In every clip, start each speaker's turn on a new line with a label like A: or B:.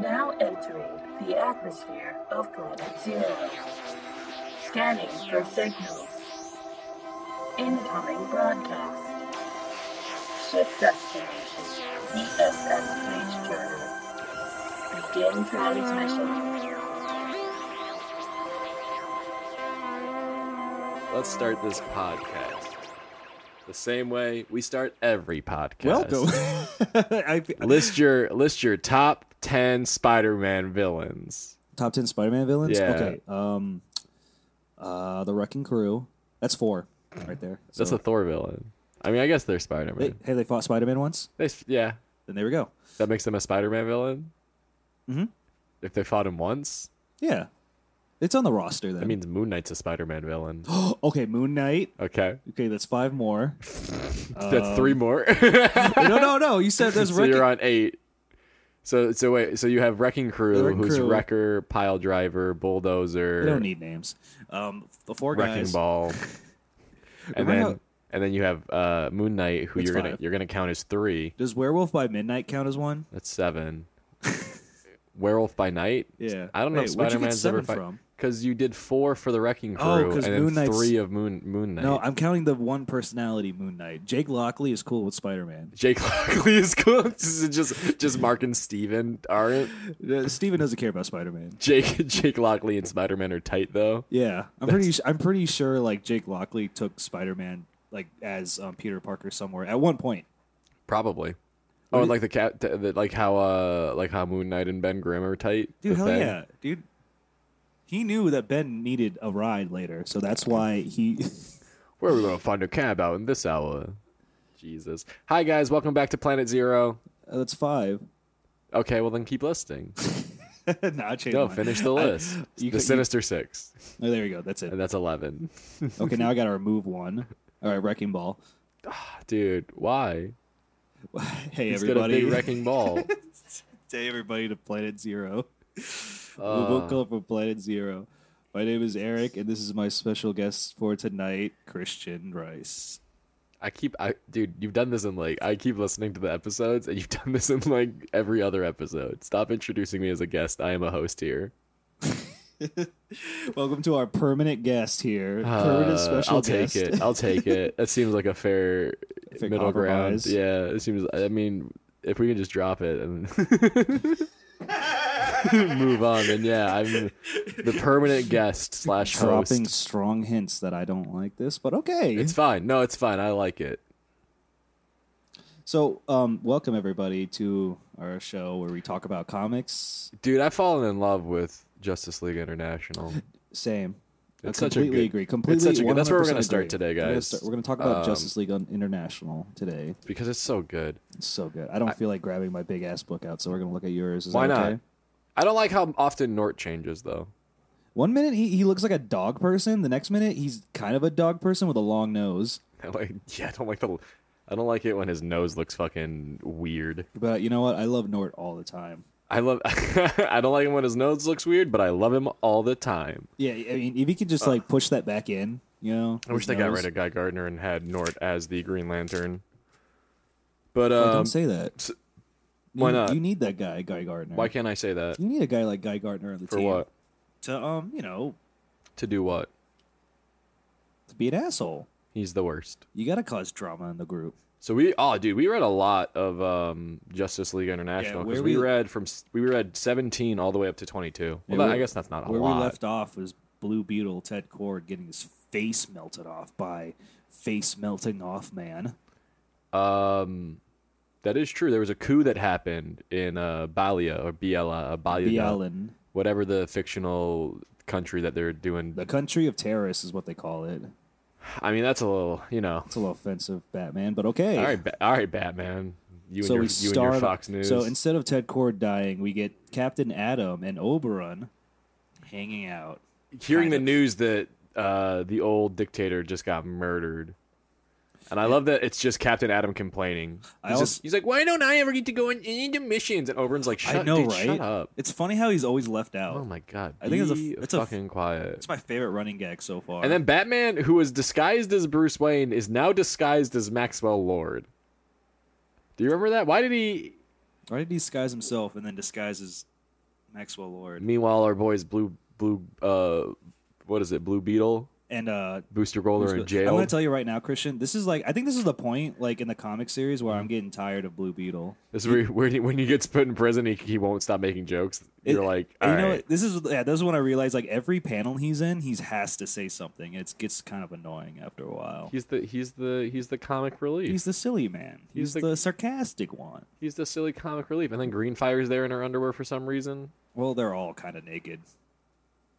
A: Now entering the atmosphere of Planet Zero. Scanning for signals. Incoming broadcast. Ship destination. E ESS page turner. Begin transmission.
B: Let's start this podcast. The same way we start every podcast.
C: Welcome. I,
B: list your list your top 10 Spider-Man villains.
C: top ten Spider-Man villains.
B: Yeah.
C: Okay. Um, uh, the Wrecking Crew. That's four, right there.
B: That's
C: So-
B: a Thor villain. I mean, I guess they're Spider-Man.
C: They, hey, they fought Spider-Man once.
B: They s- yeah,
C: Then there we go.
B: that makes them a Spider-Man villain.
C: Mhm.
B: If they fought him once,
C: Yeah, it's on the roster. Then
B: that means Moon Knight's a Spider-Man villain.
C: okay, Moon Knight.
B: Okay,
C: Okay, that's five more. Uh, Um,
B: that's three more.
C: no, no, no. You said there's
B: so
C: Wrecking.
B: you're on eight. So so wait, so you have Wrecking Crew,
C: The Wrecking
B: who's
C: Crew.
B: Wrecker, Pile Driver, Bulldozer,
C: I don't need names. Um, the four
B: Wrecking
C: guys.
B: Ball, and
C: Remember
B: then
C: how-
B: and then you have uh, Moon Knight, who
C: That's
B: you're going gonna
C: five.
B: you're gonna count as three.
C: Does Werewolf by Midnight count as one?
B: That's seven. Werewolf by Night.
C: Yeah.
B: I don't know
C: Wait,
B: if Spider
C: where'd you get
B: Man's ever
C: seven from?
B: because you did four for the Wrecking Crew
C: Oh, 'cause
B: and then
C: Moon Knight's-
B: three of Moon Moon Knight.
C: No, I'm counting the one personality Moon Knight. Jake Lockley is cool with Spider-Man.
B: Jake Lockley is cool. This is just just Mark and Steven aren't.
C: Uh, Steven doesn't care about Spider-Man.
B: Jake Jake Lockley and Spider Man are tight though.
C: Yeah, I'm pretty. su- I'm pretty sure like Jake Lockley took Spider-Man like as um, Peter Parker somewhere at one point.
B: Probably. Oh, and like the cat, the, the- like how uh, like how Moon Knight and Ben Grimm are tight.
C: Dude,
B: The
C: hell
B: thing.
C: yeah, dude. He knew that Ben needed a ride later, so that's why he.
B: Where are we gonna find a cab out in this hour? Jesus. Hi guys, welcome back to Planet Zero.
C: Uh, that's five.
B: Okay, well then keep listing.
C: nah, I changed
B: No,
C: mine.
B: finish the
C: I-
B: list.
C: you
B: the
C: could-
B: Sinister Six,
C: oh, there you go. That's
B: and
C: it.
B: that's eleven.
C: Okay, now I got to remove one. All right, wrecking ball.
B: Ah, Dude, why?
C: Hey
B: He's got a
C: everybody.
B: big wrecking ball.
C: Hey everybody to Planet Zero. we'll
B: Uh.
C: call from Planet Zero. My name is Eric, and this is my special guest for tonight, Christian Rice.
B: I keep, I dude, you've done this in like I keep listening to the episodes, and you've done this in like every other episode. Stop introducing me as a guest. I am a host here.
C: Welcome to our permanent guest here.
B: Uh,
C: permanent special
B: I'll
C: guest.
B: take it. I'll take it. That seems like a fair
C: Fair
B: middle
C: compromise.
B: ground. Yeah, it seems. I mean, if we can just drop it and move on, then yeah, I'm the permanent guest slash host.
C: Dropping strong hints that I don't like this, but okay.
B: It's fine. No, it's fine. I like it.
C: so, um, welcome everybody to our show where we talk about comics.
B: Dude, I've fallen in love with Justice League International.
C: Same. I
B: It's such a
C: completely
B: good-
C: agree. Completely.
B: such a good- that's where we're
C: 100%
B: gonna start
C: agree.
B: today,
C: We're gonna
B: guys.
C: start- We're going to talk about
B: Um,
C: Justice League on International today.
B: because it's so good.
C: It's so good. I don't feel like grabbing my big ass book out, so we're gonna look at yours. Is
B: Why
C: that
B: not?
C: okay?
B: I don't like how often Nort changes though.
C: One minute he, he looks like a dog person. The next minute he's kind of a dog person with a long nose.
B: I like yeah, I don't like the I don't like it when his nose looks fucking weird.
C: But you know what? I love Nort all the time.
B: I love I don't like him when his nose looks weird, but I love him all the time.
C: Yeah, I mean, if he could just like push that back in, you know.
B: I wish
C: his
B: they got
C: nose.
B: rid of Guy Gardner and had Nort as the Green Lantern. But
C: Hey,
B: um,
C: don't say that.
B: why
C: You-
B: not?
C: You need that guy, Guy Gardner.
B: why can't I say that?
C: you need a guy like Guy Gardner on the
B: For
C: team
B: what?
C: to um, you know,
B: To do what?
C: to be an asshole.
B: He's the worst.
C: You gotta cause drama in the group.
B: So we oh dude, we read a lot of um, Justice League International
C: where
B: because we,
C: we-
B: read from s- we read 17 all the way up to 22. Well,
C: Yeah,
B: that-
C: where-
B: I guess that's not a
C: Where
B: lot.
C: we left off was Blue Beetle Ted Cord getting his face melted off by face melting off man.
B: Um, that is true. There was a coup that happened in uh, Balia or Biela, or Balia,
C: Bialin.
B: whatever the fictional country that they're doing.
C: The country of terrorists is what they call it.
B: I mean, that's a little, you know.
C: It's a little offensive, Batman, but okay.
B: All right, ba- all right, Batman. You
C: So we
B: and your, you and
C: start.
B: your Fox News.
C: So instead of Ted Cord dying, we get Captain Adam and Oberon hanging out.
B: Hearing
C: kind
B: the
C: of.
B: news that uh, the old dictator just got murdered. And I love that it's just Captain Adam complaining.
C: I
B: He's,
C: also-
B: just, he's like, "Why don't I ever get to go on any missions?" And Oberon's like, "Shut,
C: I know,
B: dude,
C: right?
B: shut up!"
C: It's funny how he's always left out.
B: Oh my god,
C: I think it's a-
B: be
C: it's a-
B: fucking quiet.
C: It's my favorite running gag so far.
B: And then Batman, who was disguised as Bruce Wayne, is now disguised as Maxwell Lord. Do you remember that? Why did he?
C: why did he disguise himself and then disguise as Maxwell Lord
B: Meanwhile, our boys, Blue Blue, uh, what is it? Blue Beetle,
C: and uh?
B: Booster Gold are in
C: I'm
B: jail.
C: gonna tell you right now, Christian. This is like I think this is the point, like in the comic series, where
B: Mm.
C: I'm getting tired of Blue Beetle.
B: this is where, where he- when he gets put in prison, he, he won't stop making jokes. You're
C: It-
B: like,
C: And
B: all
C: you know,
B: right.
C: what? this is yeah, this is when I realized like every panel he's in, he's has to say something. It gets kind of annoying after a while.
B: He's the he's the he's the comic relief.
C: He's
B: He's,
C: the silly man. He's,
B: He's
C: the,
B: the-
C: sarcastic one.
B: the silly comic relief. And then Greenfire's there in her underwear for some reason.
C: Well, they're all kind of naked.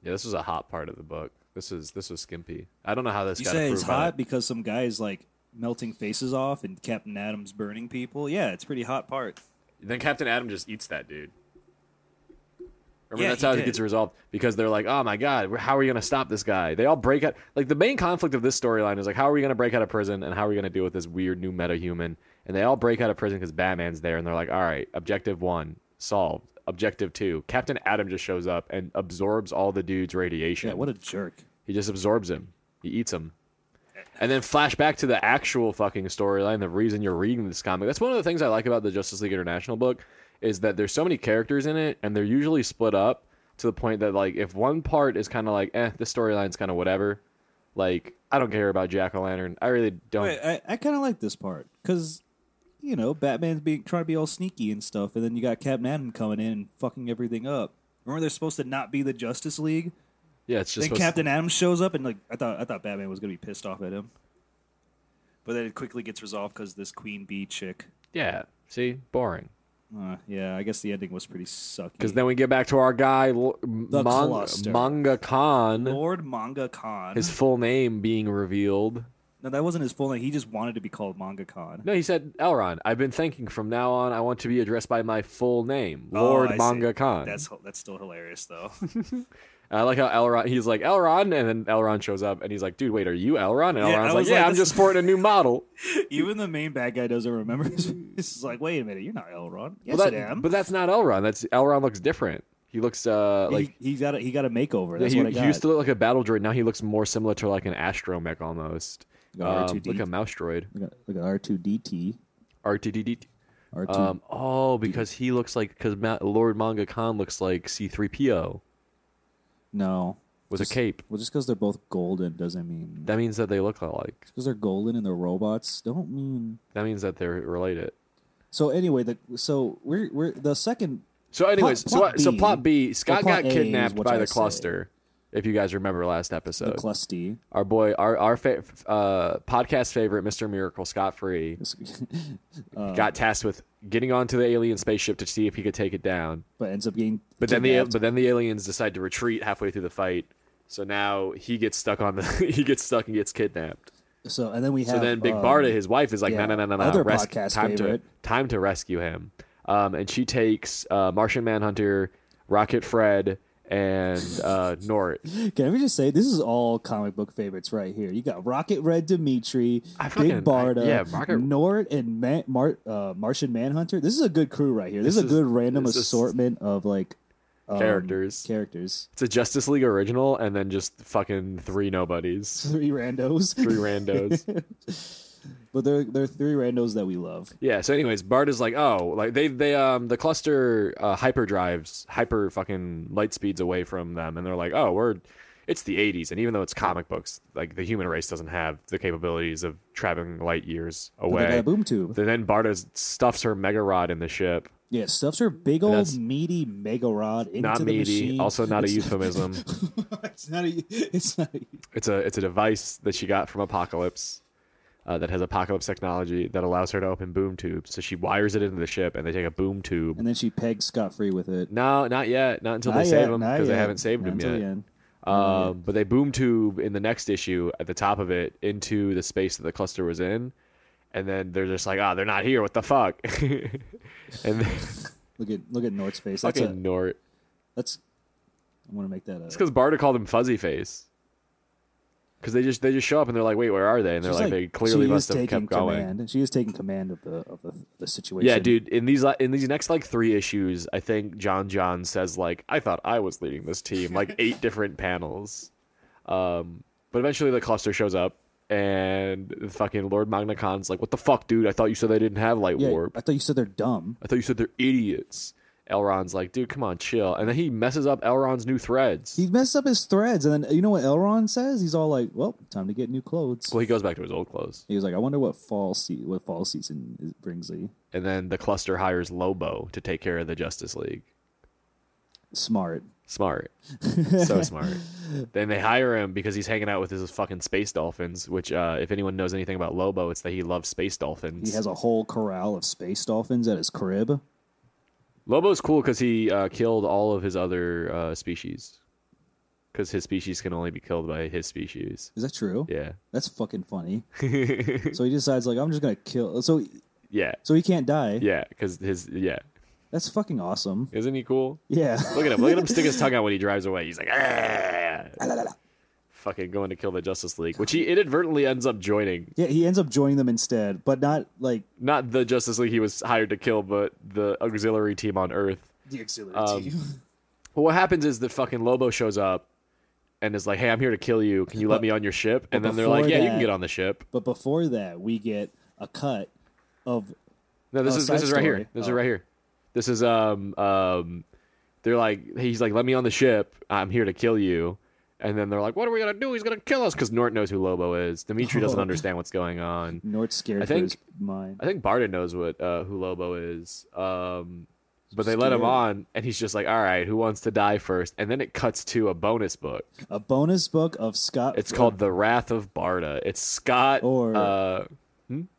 B: Yeah, this was a hot part of the book. This is this was skimpy. I don't know how this
C: You
B: got
C: say it's
B: approved. by-
C: hot because some guy's like melting faces off and Captain Adams burning people. Yeah, it's a pretty hot part.
B: Then Captain Adam just eats that dude. Remember
C: Yeah,
B: that's
C: he
B: how
C: did.
B: it gets resolved because they're like, "Oh my god, we're- how are we gonna stop this guy?" They all break out. Like the main conflict of this storyline is like, "How are we gonna break out of prison and how are we gonna deal with this weird new metahuman?" And they all break out of prison because Batman's there, and they're like, "All right, objective one solved. Objective two, Captain Adam just shows up and absorbs all the dude's radiation.
C: Yeah, what a jerk.
B: He just absorbs him. He eats him. And then flash back to the actual fucking storyline, the reason you're reading this comic. That's one of the things I like about the Justice League International book is that there's so many characters in it and they're usually split up to the point that like if one part is kind of like, "Eh, this storyline's kind of whatever." Like, I don't care about Jack-o-lantern. I really don't.
C: Wait, uh, I, I kind of like this part because, you know, Batman's being trying to be all sneaky and stuff, and then you got Captain Adam coming in and fucking everything up. Remember, they're supposed to not be the Justice League.
B: yeah, it's just
C: then
B: supposed to-
C: Captain Adam shows up, and like I thought, I thought Batman was gonna be pissed off at him, but then it quickly gets resolved because this Queen Bee chick.
B: Yeah. See? Boring.
C: Uh, yeah, I guess the ending was pretty sucky.
B: Cuz then we get back to our guy L- Mang-
C: Mm. cluster.
B: Manga Khan,
C: Lord Manga Khan.
B: his full name being revealed.
C: No, that wasn't his full name. He just wanted to be called Manga Khan.
B: No, he said, Elron, I've been thinking from now on, I want to be addressed by my full name,
C: Oh,
B: Lord
C: I see.
B: Manga Khan.
C: That's that's still hilarious though.
B: And I like how Elron, he's like, Elron, and then Elron shows up and he's like, dude, wait, are you Elron? And
C: Yeah, I
B: Elron's like,
C: was
B: yeah,
C: like,
B: I'm
C: this-
B: just sporting a new model.
C: Even the main bad guy doesn't remember. His, this is like, wait a minute, you're not Elrond. Yes,
B: well, that-
C: I am.
B: But that's not Elron. That's Elron looks different. He looks uh, like.
C: he, he got a, he got a makeover.
B: Yeah,
C: That's
B: he,
C: what I got.
B: he used to look like a battle droid. Now he looks more similar to like an astromech almost.
C: Like
B: Um,
C: R2D.
B: like a mouse droid.
C: look at- look at R two D T.
B: RTDD.
C: R two.
B: Um, oh, because he looks like because Ma- Lord Manga Khan looks like C3PO
C: no.
B: with
C: Just-
B: a cape.
C: Well, just because they're both golden doesn't mean
B: That means that they look alike.
C: because they're golden and they're robots don't mean.
B: That means that they're related.
C: So anyway, the so we're we're the second.
B: So, anyways,
C: Plot- plot
B: so, so
C: B-
B: plot B, Scott
C: plot A
B: got
C: is
B: kidnapped
C: what
B: by
C: I
B: the
C: say.
B: cluster. If you guys remember last episode,
C: The Clusty.
B: our boy, our our fa- uh, podcast favorite, Mister Miracle Scott Free,
C: uh, Uh-huh.
B: got tasked with getting onto the alien spaceship to see if he could take it down.
C: but ends up getting.
B: But then the
C: kidnapped.
B: but then the aliens decide to retreat halfway through the fight. So now he gets stuck on the he gets stuck and gets kidnapped.
C: so and then we have.
B: So then Big
C: um,
B: Barda, his wife, is like,
C: yeah,
B: no, no, no, no, no.
C: other
B: res-
C: podcast
B: time
C: favorite.
B: to time to rescue him. Um, and she takes uh, Martian Manhunter, Rocket Fred, and uh, Nort.
C: Can we just say this is all comic book favorites right here? You got Rocket Red Dimitri,
B: I
C: Big
B: fucking-
C: Barda,
B: I- yeah, Rocket-
C: Nort, and Ma- Mar- uh, Martian Manhunter. This is a good crew right here. This,
B: This
C: is a
B: is-
C: good random
B: this is-
C: assortment of like um,
B: Characters.
C: Characters.
B: It's a Justice League original, and then just fucking three nobodies,
C: Three randos.
B: three randos.
C: but they're they're three randos that we love.
B: Yeah. So, anyways, Bart is like, oh, like they they um the cluster uh, hyper drives hyper fucking light speeds away from them, and they're like, oh, we're it's the 80s, and even though it's comic books, like the human race doesn't have the capabilities of traveling light years
C: But They got
B: away.
C: a boom tube.
B: Then, then Barda stuffs her mega rod in the ship.
C: Yeah, stuffs her big old
B: that's-
C: meaty mega rod into
B: Not
C: the
B: meaty,
C: machine.
B: also not a
C: It's-
B: euphemism.
C: it's not a. It's not. A,
B: It's a it's a device that she got from Apocalypse uh, that has Apocalypse technology that allows her to open boom tubes. So she wires it into the ship, and they take a boom tube.
C: and then she pegs Scott free with it.
B: No, not yet. Not until
C: Not
B: they
C: yet,
B: save him
C: not
B: because they
C: yet,
B: haven't saved
C: not
B: him
C: until the
B: yet.
C: end.
B: Um, but they boom tube in the next issue at the top of it into the space that the cluster was in, and then they're just like, "Ah, they're not here. What the fuck?" and then,
C: Look at look at Nort's face. That's
B: fucking
C: a,
B: Nort.
C: that's. I want to make that a
B: It's because Barda called him Fuzzy Face. because they just they just show up and they're like, wait, where are they? And they're
C: She's
B: like, they clearly
C: she
B: must
C: is
B: have kept
C: taking
B: going.
C: Command. She is taking command of the of the, the situation.
B: Yeah, dude. In these la- in these next like three issues, I think John John says like, I thought I was leading this team, like eight different panels. Um, but eventually the cluster shows up, and fucking Lord Magna Khan's like, "What the fuck, dude? I thought you said they didn't have light
C: Yeah,
B: warp.
C: I thought you said they're dumb.
B: I thought you said they're idiots." Elrond's like, "Dude, come on, chill." And then he messes up Elrond's new threads.
C: He messed up his threads, and then you know what Elrond says? He's all like, "Well, time to get new clothes."
B: well, he goes back to his old clothes,
C: He was like, "I wonder what fall se- what fall season is- brings Lee."
B: and then the cluster hires Lobo to take care of the Justice League.
C: Smart.
B: Smart. So smart. Then they hire him because he's hanging out with his fucking space dolphins, which uh, if anyone knows anything about Lobo, it's that he loves space dolphins.
C: He has a whole corral of space dolphins at his crib.
B: Lobo's cool because he uh, killed all of his other uh, species. Because his species can only be killed by his species.
C: Is that true?
B: Yeah.
C: That's fucking funny. so he decides like, "I'm just gonna kill." So
B: Yeah.
C: so he can't die.
B: Yeah. Because his, yeah.
C: That's fucking awesome.
B: Isn't he cool?
C: Yeah.
B: Look at him. Look at him stick his tongue out when he drives away. He's like, ah. Fucking going to kill the Justice League, which he inadvertently ends up joining.
C: Yeah, he ends up joining them instead, but not like
B: Not the Justice League he was hired to kill, but the auxiliary team on Earth.
C: the auxiliary
B: team. But what happens is that fucking Lobo shows up and is like, "Hey, I'm here to kill you. Can you let me on your ship?" And
C: but
B: then they're like,
C: before
B: "Yeah, you can
C: that-
B: get on the ship."
C: But before that, we get a cut of
B: No, this
C: Oh,
B: is this
C: side
B: is right here.
C: story.
B: This is
C: Oh.
B: right here. This is um um. They're like, he's like, "Let me on the ship. I'm here to kill you." And then they're like, "What are we gonna do? He's gonna kill us." Because Nort knows who Lobo is. Dimitri doesn't
C: Oh.
B: understand what's going on.
C: Nort scared
B: I
C: for
B: think-
C: his mind.
B: I think Barden knows what uh, who Lobo is. Um, but they let him
C: Scared.
B: on, and he's just like, "All right, who wants to die first? And then it cuts to a bonus book.
C: A bonus book of Scott.
B: It's called The Wrath of Barda. It's Scott
C: Or-
B: uh,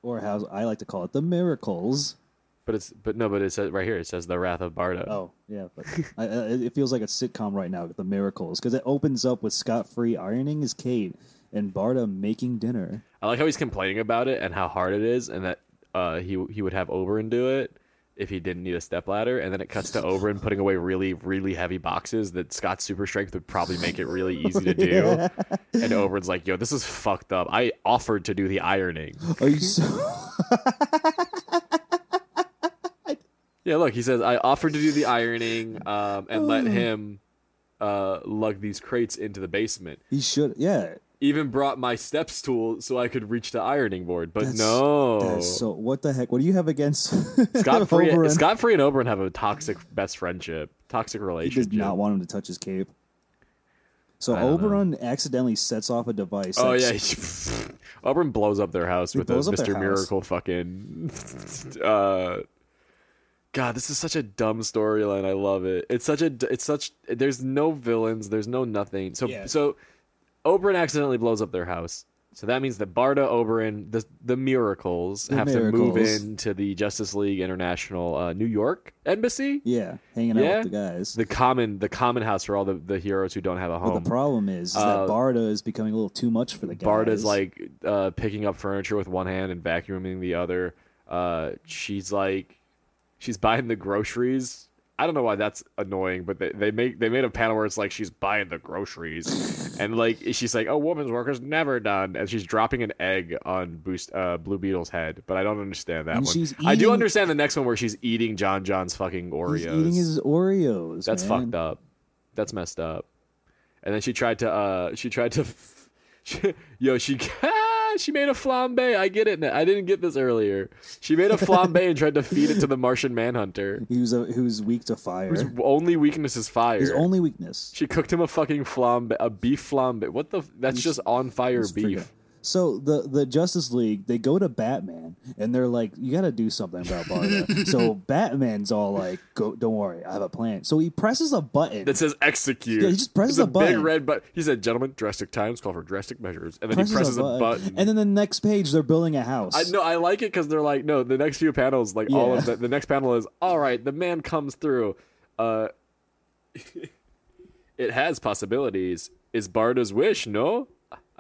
C: or how I like to call it, the miracles.
B: but it's but no, but it says right here it says The Wrath of Barda.
C: Oh yeah, but I, I, it feels like a sitcom right now, the miracles, because it opens up with Scott Free ironing his cape and Barda making dinner.
B: I like how he's complaining about it and how hard it is, and that uh, he he would have Oberyn do it if he didn't need a stepladder. And then it cuts to Oberyn putting away really really heavy boxes that Scott's super strength would probably make it really easy to do.
C: Yeah.
B: And Oberyn's like, "Yo, this is fucked up. I offered to do the ironing."
C: Are you so?
B: Yeah, look, he says, I offered to do the ironing um, and let him uh, lug these crates into the basement.
C: he should. Yeah.
B: Even brought my steps tool so I could reach the ironing board, but
C: That's-
B: no.
C: That is so what the heck? What do you have against
B: Oh. Scott Free,
C: Oberyn?
B: Scott Free and Oberon have a toxic best friendship, toxic
C: He does
B: relationship.
C: not want him to touch his cape. So
B: I don't know.
C: Oberon accidentally sets off a device.
B: Oh
C: that's-
B: yeah, Auburn blows up their house with a
C: blows up their
B: Mr.
C: house.
B: Miracle fucking. uh, God, this is such a dumb storyline. I love it. It's such a. d- It's such. There's no villains. There's no nothing. So
C: Yeah.
B: so, Oberon accidentally blows up their house. So that means that Barda, Oberon, the the miracles
C: The
B: have to move
C: Miracles.
B: into the Justice League International uh, New York embassy.
C: yeah, hanging out
B: Yeah.
C: with the guys.
B: The common the common house for all the, the heroes who don't have a home.
C: but the problem is, is
B: Uh,
C: that Barda is becoming a little too much for the guys.
B: Bard is like uh, picking up furniture with one hand and vacuuming the other. Uh, she's like, she's buying the groceries. I don't know why that's annoying, but they, they make they made a panel where it's like she's buying the groceries, and like she's like, "Oh, woman's work is never done," and she's dropping an egg on Boost uh, Blue Beetle's head. But I don't understand that
C: And
B: one.
C: she's
B: I do
C: eating-
B: understand the next one where she's eating John John's fucking Oreos.
C: He's eating his Oreos.
B: That's
C: man.
B: fucked up. That's messed up. And then she tried to uh she tried to she, yo she she made a flambe. I get it now. I didn't get this earlier. She made a flambe and tried to feed it to the Martian Manhunter.
C: He was a, who's weak to fire.
B: His only weakness is fire.
C: His only weakness.
B: she cooked him a fucking flambe, a beef flambe. What the? f- That's just on fire
C: Just freak
B: beef.
C: out. So the the Justice League they go to Batman and they're like, you got to do something about Barda. so Batman's all like, go, don't worry, I have a plan. So he presses a button.
B: That says execute.
C: Yeah, he just presses
B: There's
C: a
B: big
C: button.
B: red button. He said, "Gentlemen, drastic times call for drastic measures," and then
C: presses,
B: he presses
C: a, button.
B: button.
C: and then the next page they're building a house.
B: I no, I like it because they're like, no, the next few panels, like all of
C: Yeah.
B: the, the next panel is all right. The man comes through. Uh, it has possibilities. Is Barda's wish? No,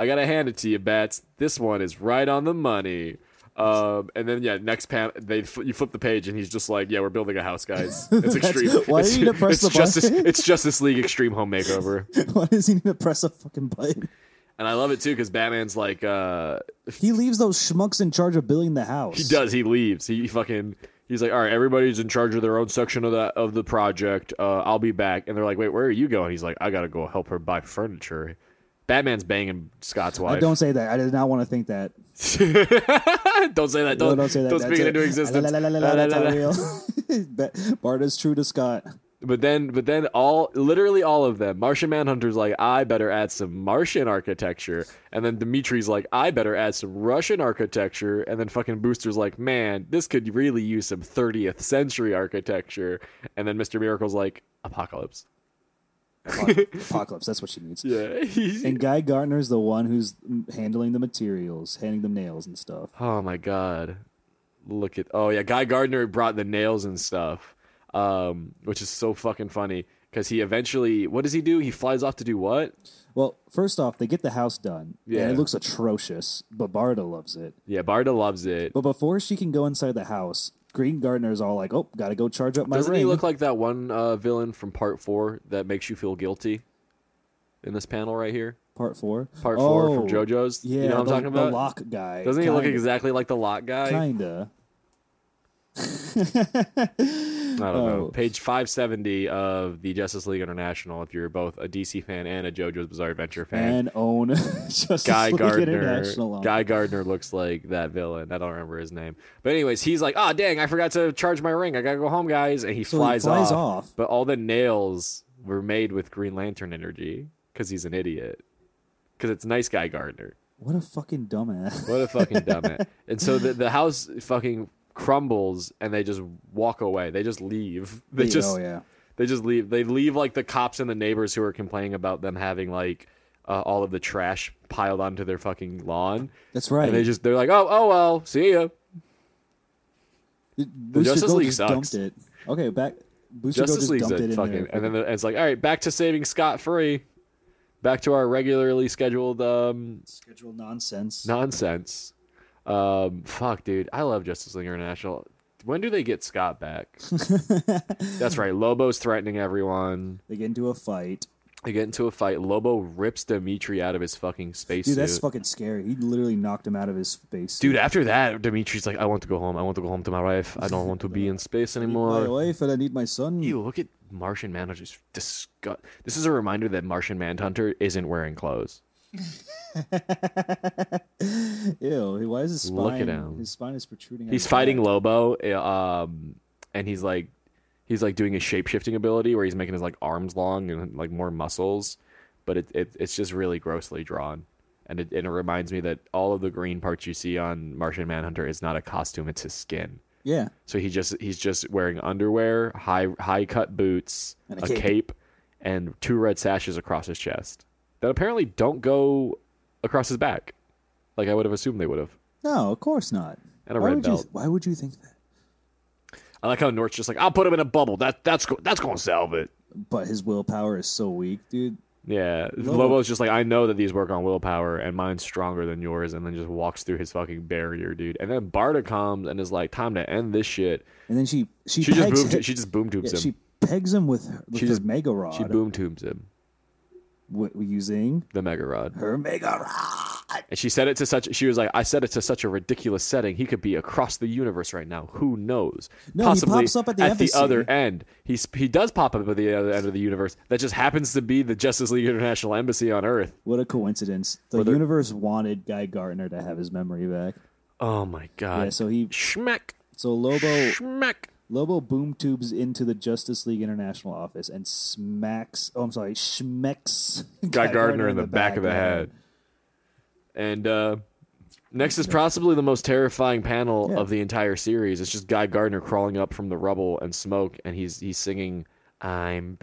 B: I gotta hand it to you, Bats. This one is right on the money. Um, and then yeah, next pan they fl- you flip the page and he's just like, yeah, we're building a house, guys. It's extreme.
C: why
B: it's,
C: do you need to press
B: it's
C: the
B: Justice,
C: button?
B: It's Justice League Extreme Home Makeover.
C: Why does he need to press a fucking button?
B: And I love it too because Batman's like, uh,
C: He leaves those schmucks in charge of building the house.
B: he does. He leaves. He fucking. He's like, all right, everybody's in charge of their own section of that of the project. Uh, I'll be back. And they're like, wait, where are you going? He's like, I gotta go help her buy furniture. Batman's banging Scott's wife.
C: I Oh, don't say that. I did not want to think that.
B: don't say that. Don't,
C: No, don't say that.
B: Don't
C: That's
B: speak it into existence.
C: La, la, la, la, la,
B: La, la,
C: that's
B: la,
C: not
B: la.
C: real. Ba- Bart is true to Scott.
B: But then, but then all literally all of them. Martian Manhunter's like, I better add some Martian architecture, and then Dimitri's like, I better add some Russian architecture, and then fucking Booster's like, man, this could really use some 30th century architecture, and then Mister Miracle's like, apocalypse.
C: Apocalypse. That's what she needs.
B: Yeah.
C: And Guy Gardner is the one who's handling the materials, handing them nails and stuff.
B: oh my god, look at oh yeah, Guy Gardner brought the nails and stuff, um, which is so fucking funny because he eventually, what does he do? He flies off to do what?
C: Well, first off, they get the house done.
B: Yeah.
C: And it looks atrocious, but Barda loves it.
B: Yeah, Barda loves it.
C: But before she can go inside the house, Green Gardner is all like, oh, gotta go charge up my
B: Doesn't
C: ring.
B: he look like that one uh, villain from Part Four that makes you feel guilty? In this panel right here,
C: part four.
B: Part Four
C: Oh,
B: from JoJo's.
C: Yeah,
B: you know what I'm
C: the,
B: talking
C: the
B: about.
C: lock guy.
B: Doesn't he look
C: Kinda-
B: exactly like the Lock guy?
C: Kinda.
B: I don't know.
C: Oh.
B: Page 570 of the Justice League International. If you're both a DC fan and a JoJo's Bizarre Adventure fan,
C: And own Justice
B: Guy
C: League
B: Gardner.
C: International. on.
B: Guy Gardner looks like that villain. I don't remember his name. But anyways, he's like, "Ah, dang, I forgot to charge my ring. I gotta go home, guys." And he
C: So he
B: flies,
C: flies
B: off.
C: off.
B: But all the nails were made with Green Lantern energy because he's an idiot. Because it's nice guy Gardner.
C: What a fucking dumbass.
B: What a fucking dumbass. And so the, the house fucking crumbles, and they just walk away. They just leave. They just
C: oh yeah.
B: they just leave. They leave like the cops and the neighbors who are complaining about them having like uh, all of the trash piled onto their fucking lawn.
C: That's right.
B: And they just they're like, oh oh well, see ya.
C: Booster
B: Justice
C: Gold
B: League
C: just
B: sucks.
C: dumped it. Okay, back. Booster Gold
B: Justice
C: just
B: League's
C: dumped it
B: a
C: in
B: fucking,
C: there.
B: and then the- it's like, all right, back to saving Scott free, back to our regularly scheduled um,
C: Schedule nonsense.
B: nonsense. Um, fuck, dude, I love Justice League International. When do they get Scott back? That's right. Lobo's threatening everyone.
C: They get into a fight.
B: They get into a fight. Lobo rips Dimitri out of his fucking spacesuit.
C: Dude, that's fucking scary. He literally knocked him out of his space.
B: Dude, after that, Dimitri's like, I want to go home. I want to go home to my wife. I don't want to be in space
C: my
B: anymore.
C: wife and I need my son.
B: Ew, look at Martian Manhunter's disgust. This is a reminder that Martian Manhunter isn't wearing clothes.
C: Ew, why is his spine?
B: Look at him.
C: His spine is protruding. out
B: He's
C: of
B: fighting
C: his back.
B: Lobo, uh, um, and he's like, he's like doing his shapeshifting ability where he's making his like arms long and like more muscles, but it, it it's just really grossly drawn, and it, and it reminds me that all of the green parts you see on Martian Manhunter is not a costume; it's his skin.
C: yeah,
B: So he just he's just wearing underwear, high high cut boots,
C: And
B: a,
C: a
B: cape.
C: cape.
B: and two red sashes across his chest that apparently don't go across his back, like I would have assumed they would have.
C: no, of course not.
B: And a
C: why
B: red
C: would
B: belt.
C: You, why would you think that?
B: I like how Nort's just like I'll put him in a bubble. That that's go- that's gonna solve it.
C: But his willpower is so weak, dude.
B: Yeah,
C: Lobo-
B: Lobo's just like I know that these work on willpower, and mine's stronger than yours, and then just walks through his fucking barrier, dude. And then Barta comes and is like, "Time to end this shit."
C: And then she she,
B: She just
C: pegs
B: boom,
C: him.
B: she just boom tubes
C: yeah, she
B: him.
C: pegs him with her, with
B: She
C: her
B: just-
C: mega rod.
B: She boom tubes him.
C: w- using
B: The mega rod.
C: her mega rod.
B: And she said it to such she was like, I said it to such a ridiculous setting. He could be across the universe right now. Who knows?
C: No, he pops up at the embassy.
B: other end. He sp- he does pop up at the other end of the universe. That just happens to be the Justice League International Embassy on Earth.
C: What a coincidence! The
B: Whether-
C: universe wanted Guy Gardner to have his memory back.
B: Oh my god.
C: Yeah, so he
B: Schmeck.
C: so Lobo
B: Schmeck.
C: Lobo boom tubes into the Justice League International office and smacks. Oh, I'm sorry, schmecks
B: Guy Gardner, in the, back, of the head. And uh Next is possibly the most terrifying panel
C: Yeah.
B: of the entire series. It's just Guy Gardner crawling up from the rubble and smoke, and he's he's singing, "I'm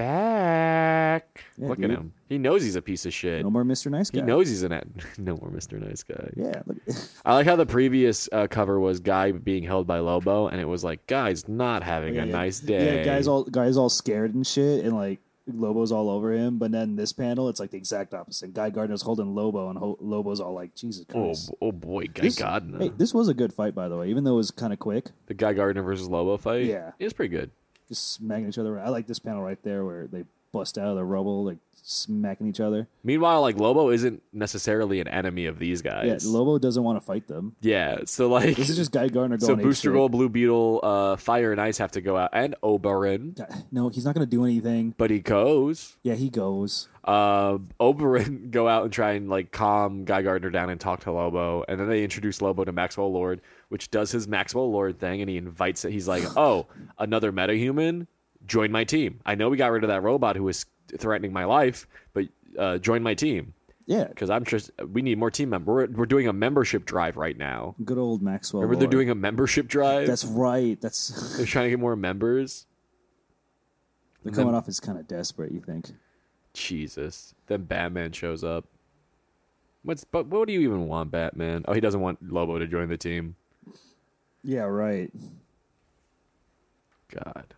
B: back."
C: Yeah,
B: Look
C: dude.
B: at him. He knows he's a piece of shit.
C: No more Mr. Nice Guy.
B: He knows he's an ad- no more Mr. Nice Guy.
C: Yeah, look,
B: I like how the previous uh, cover was Guy being held by Lobo, and it was like Guy's not having a
C: yeah.
B: nice day.
C: yeah, guys, all guys, all scared and shit, and like Lobo's all over him. But then this panel, it's like the exact opposite. Guy Gardner's holding Lobo, and ho- Lobo's all like, "Jesus
B: oh,
C: Christ!"
B: b- oh boy, Guy
C: This-
B: Gardner.
C: Hey, this was a good fight, by the way, even though it was kind of quick.
B: the Guy Gardner versus Lobo fight.
C: Yeah.
B: it was pretty good.
C: Just smacking each other. around. I like this panel right there where they bust out of the rubble, like smacking each other.
B: Meanwhile, like Lobo isn't necessarily an enemy of these
C: Yeah,
B: guys.
C: Lobo doesn't want to fight them.
B: Yeah, so like
C: This is just Guy Gardner going.
B: so
C: apeshit.
B: Booster Gold, Blue Beetle, uh, Fire and Ice have to go out, and Oberyn,
C: God, no, he's not going to do anything.
B: but he goes.
C: Yeah, he goes.
B: Uh, Oberyn go out and try and like calm Guy Gardner down and talk to Lobo, and then they introduce Lobo to Maxwell Lord, which does his Maxwell Lord thing, and he invites it. He's like, "Oh, another metahuman, join my team. I know we got rid of that robot who was threatening my life, but uh, join my team
C: Yeah,
B: because I'm just we need more team members. We're, we're doing a membership drive right now.
C: good old Maxwell.
B: Remember they're
C: Lord.
B: doing a membership drive.
C: Oh, That's right. That's
B: They're trying to get more members.
C: they're
B: then-
C: coming off as kind of desperate. You think?
B: Jesus. Then Batman shows up. What's but what do you even want, Batman? Oh, he doesn't want Lobo to join the team.
C: Yeah, right.
B: God.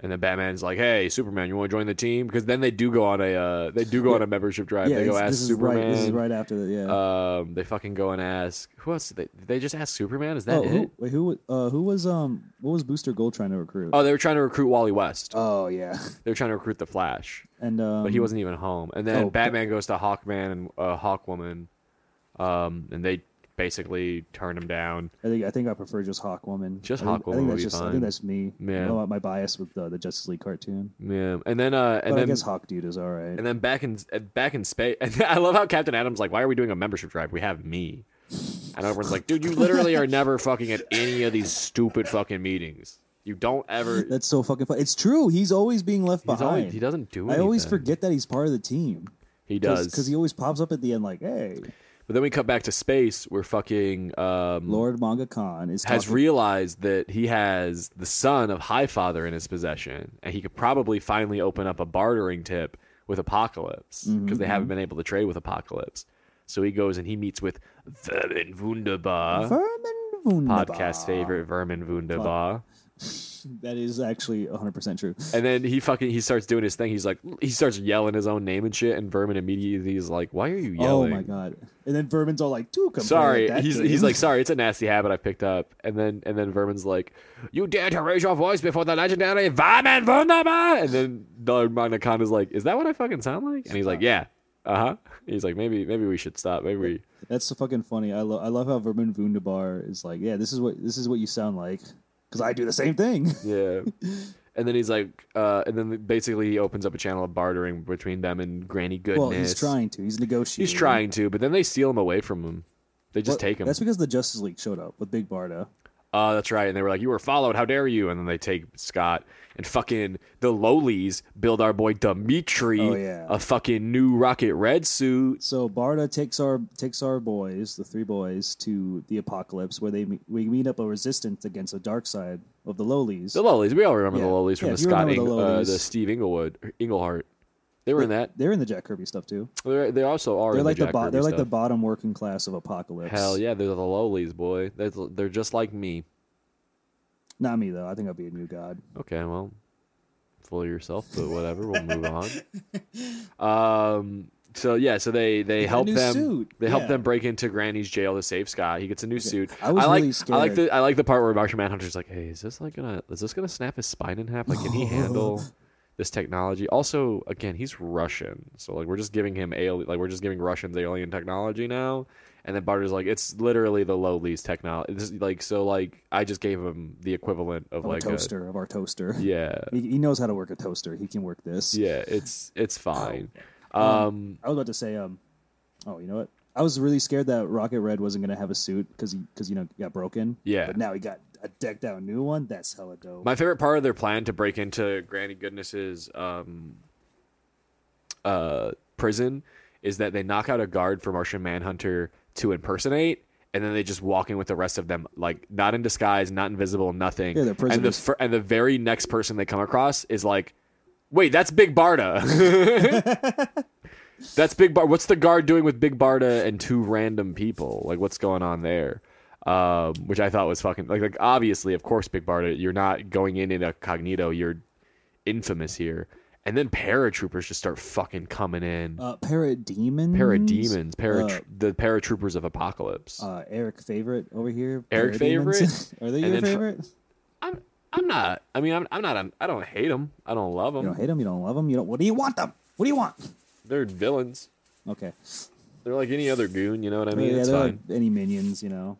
B: And then Batman's like, "Hey, Superman, you want to join the team?" Because then they do go on a uh, they do go on a membership drive.
C: yeah,
B: they go
C: it's-
B: ask
C: this is
B: Superman.
C: right. This is right after the yeah.
B: Um, they fucking go and ask who else? Did they did they just ask Superman? Is that
C: oh,
B: it?
C: who, wait, who? wa- Uh, who was um? What was Booster Gold trying to recruit?
B: Oh, they were trying to recruit Wally West.
C: oh yeah,
B: they were trying to recruit the Flash.
C: and um,
B: but he wasn't even home. And then
C: oh,
B: Batman goes to Hawkman and uh, Hawkwoman, um, and they basically turn him down.
C: I think I think I prefer just Hawkwoman.
B: Just
C: I think,
B: Hawkwoman
C: I think
B: would
C: that's
B: be
C: just I
B: fine.
C: think that's me.
B: Yeah.
C: You know, my bias with the, the Justice League cartoon.
B: Yeah, and then uh,
C: But
B: and
C: I
B: then
C: guess Hawk Dude is all right.
B: and then back in uh, back in space. And I love how Captain Adam's like, "Why are we doing a membership drive? We have me." And everyone's like, "Dude, you literally are never fucking at any of these stupid fucking meetings. You don't ever."
C: That's so fucking fun. It's true. He's always being left
B: He's
C: behind.
B: always, he doesn't do.
C: I always
B: anything.
C: forget that he's part of the team.
B: He does. Mm.
C: because he always pops up at the end like, "Hey,
B: but then we cut back to space where fucking um,
C: Lord Manga Khan is
B: has
C: talking-
B: realized that he has the son of High Father in his possession, and he could probably finally open up a bartering tip with Apocalypse because
C: Mm-hmm.
B: they haven't been able to trade with Apocalypse. So he goes and he meets with Vermin Wunderbar,
C: Vermin Wunderbar."
B: podcast favorite Vermin Wunderbar,
C: That is actually 100 percent true.
B: and then he fucking he starts doing his thing. He's like he starts yelling his own name and shit, and Vermin immediately is like, "Why are you
C: Oh
B: yelling?"
C: my god! And then Vermin's all like, "Dude,
B: Sorry, he's he's like sorry. It's a nasty habit I've picked up, and then and then Vermin's like, "You dare to raise your voice before the legendary Vermin Wunderbar!" And then the Magna Khan is like, "Is that what I fucking sound like?" And he's like, "Yeah, uh huh." He's like, "Maybe maybe we should stop. Maybe we
C: That's so fucking funny. I love I love how Vermin Wunderbar is like, yeah, this is what this is what you sound like because I do the same thing.
B: yeah." And then he's like, uh, and then basically he opens up a channel of bartering between them and Granny Goodness.
C: Well, he's trying to. He's negotiating.
B: He's trying to, but then they steal him away from him. They just
C: But
B: take him.
C: That's because the Justice League showed up with Big Barda.
B: Uh, that's right. And they were like, "You were followed. How dare you?" And then they take Scott and fucking the lowlies build our boy Dimitri
C: Oh, yeah.
B: a fucking new Rocket Red suit.
C: So Barda takes our takes our boys, the three boys, to the apocalypse where they me- we meet up a resistance against the dark side of the lowlies.
B: The lowlies. We all remember the
C: Yeah.
B: lowlies from
C: Yeah,
B: the
C: if you
B: Scott,
C: remember the
B: Ing- uh,
C: Lowlies.
B: the Steve Englehart, Englehart. They were in that.
C: They're in the Jack Kirby stuff too.
B: They're, they also are.
C: They're
B: in
C: like
B: the,
C: the,
B: Jack
C: bo-
B: Kirby
C: they're like the
B: stuff.
C: bottom working class of apocalypse.
B: Hell yeah, they're the lowlies, boy. They're, they're just like me.
C: Not me though. I think I'll be a new god.
B: Okay, well, fool yourself, but whatever. we'll move on. Um. So yeah, so they they
C: got a
B: help
C: new
B: them.
C: suit,
B: They help
C: yeah.
B: them break into Granny's jail to save Scott. He gets a new suit.
C: I was
B: like
C: really
B: I like
C: scared.
B: the I like the part where Martian Manhunter's like, "Hey, is this like gonna is this gonna snap his spine in half? Like, can he handle this technology?" Also, again, he's Russian, so like we're just giving him alien like we're just giving Russians alien technology now. And then Barter's like, "It's literally the lowlies technology." This is like so like I just gave him the equivalent of,
C: Of
B: like
C: a toaster of our toaster.
B: A, yeah.
C: He, he knows how to work a toaster. He can work this.
B: Yeah, it's it's fine. Um,
C: I was about to say, um, oh, you know what? I was really scared that Rocket Red wasn't gonna have a suit because he because you know he got broken.
B: Yeah.
C: But now he got a decked out new one. That's hella dope.
B: my favorite part of their plan to break into Granny Goodness's um, uh, prison is that they knock out a guard for Martian Manhunter to impersonate. And then they just walk in with the rest of them, like not in disguise, not invisible, nothing.
C: Yeah, they're
B: and the
C: prisoners.
B: fir- and the very next person they come across is like, "Wait, that's Big Barda. that's Big Bar. What's the guard doing with Big Barda and two random people? Like, what's going on there?" Um, which I thought was fucking like, like obviously, of course, Big Barda. You're not going in in incognito. You're infamous here. And then paratroopers just start fucking coming in.
C: uh, parademons.
B: parademons, paratro-
C: Uh,
B: the paratroopers of apocalypse.
C: uh, Eric favorite over here.
B: Eric
C: Parademons?
B: Favorite?
C: Are they
B: And then
C: your
B: fr-
C: favorite?
B: I'm, I'm not. I mean, I'm, I'm not. I'm, I am not i am not i do not hate them. I don't love
C: You
B: them.
C: don't hate them. You don't love them. You don't. What do you want them? What do you want?
B: They're villains.
C: Okay.
B: They're like any other goon. You know what I mean?
C: Oh, yeah,
B: it's
C: they're
B: fine.
C: like any minions, you know.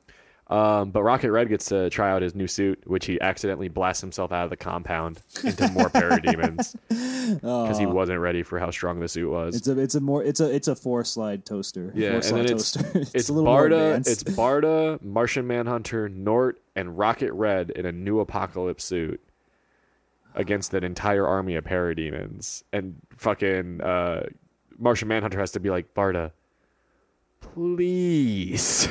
B: Um, but Rocket Red gets to try out his new suit, which he accidentally blasts himself out of the compound into more parademons because he wasn't ready for how strong the suit was.
C: It's a it's a more it's a it's a four slide toaster.
B: Yeah,
C: four
B: and
C: slide
B: then it's
C: toaster.
B: it's,
C: a little more
B: Barda,
C: advanced.
B: it's Barda, Martian Manhunter, Nort, and Rocket Red in a new apocalypse suit against an entire army of parademons. And fucking uh, Martian Manhunter has to be like Barda, please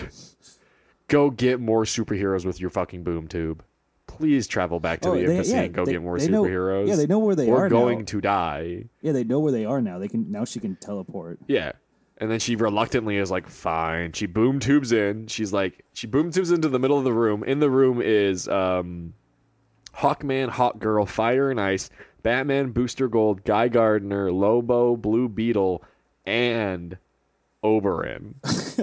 B: go get more superheroes with your fucking boom tube. Please travel back to
C: Oh,
B: the
C: they-
B: embassy
C: yeah,
B: and go
C: they-
B: get more
C: they know-
B: superheroes.
C: yeah, they know where they
B: We're
C: are now.
B: going to die.
C: yeah, they know where they are now. They can now she can teleport.
B: Yeah. And then she reluctantly is like, fine. She boom tubes in. She's like, she boom tubes into the middle of the room. In the room is um, Hawkman, Hawk Girl, Fire and Ice, Batman, Booster Gold, Guy Gardner, Lobo, Blue Beetle, and Oberon.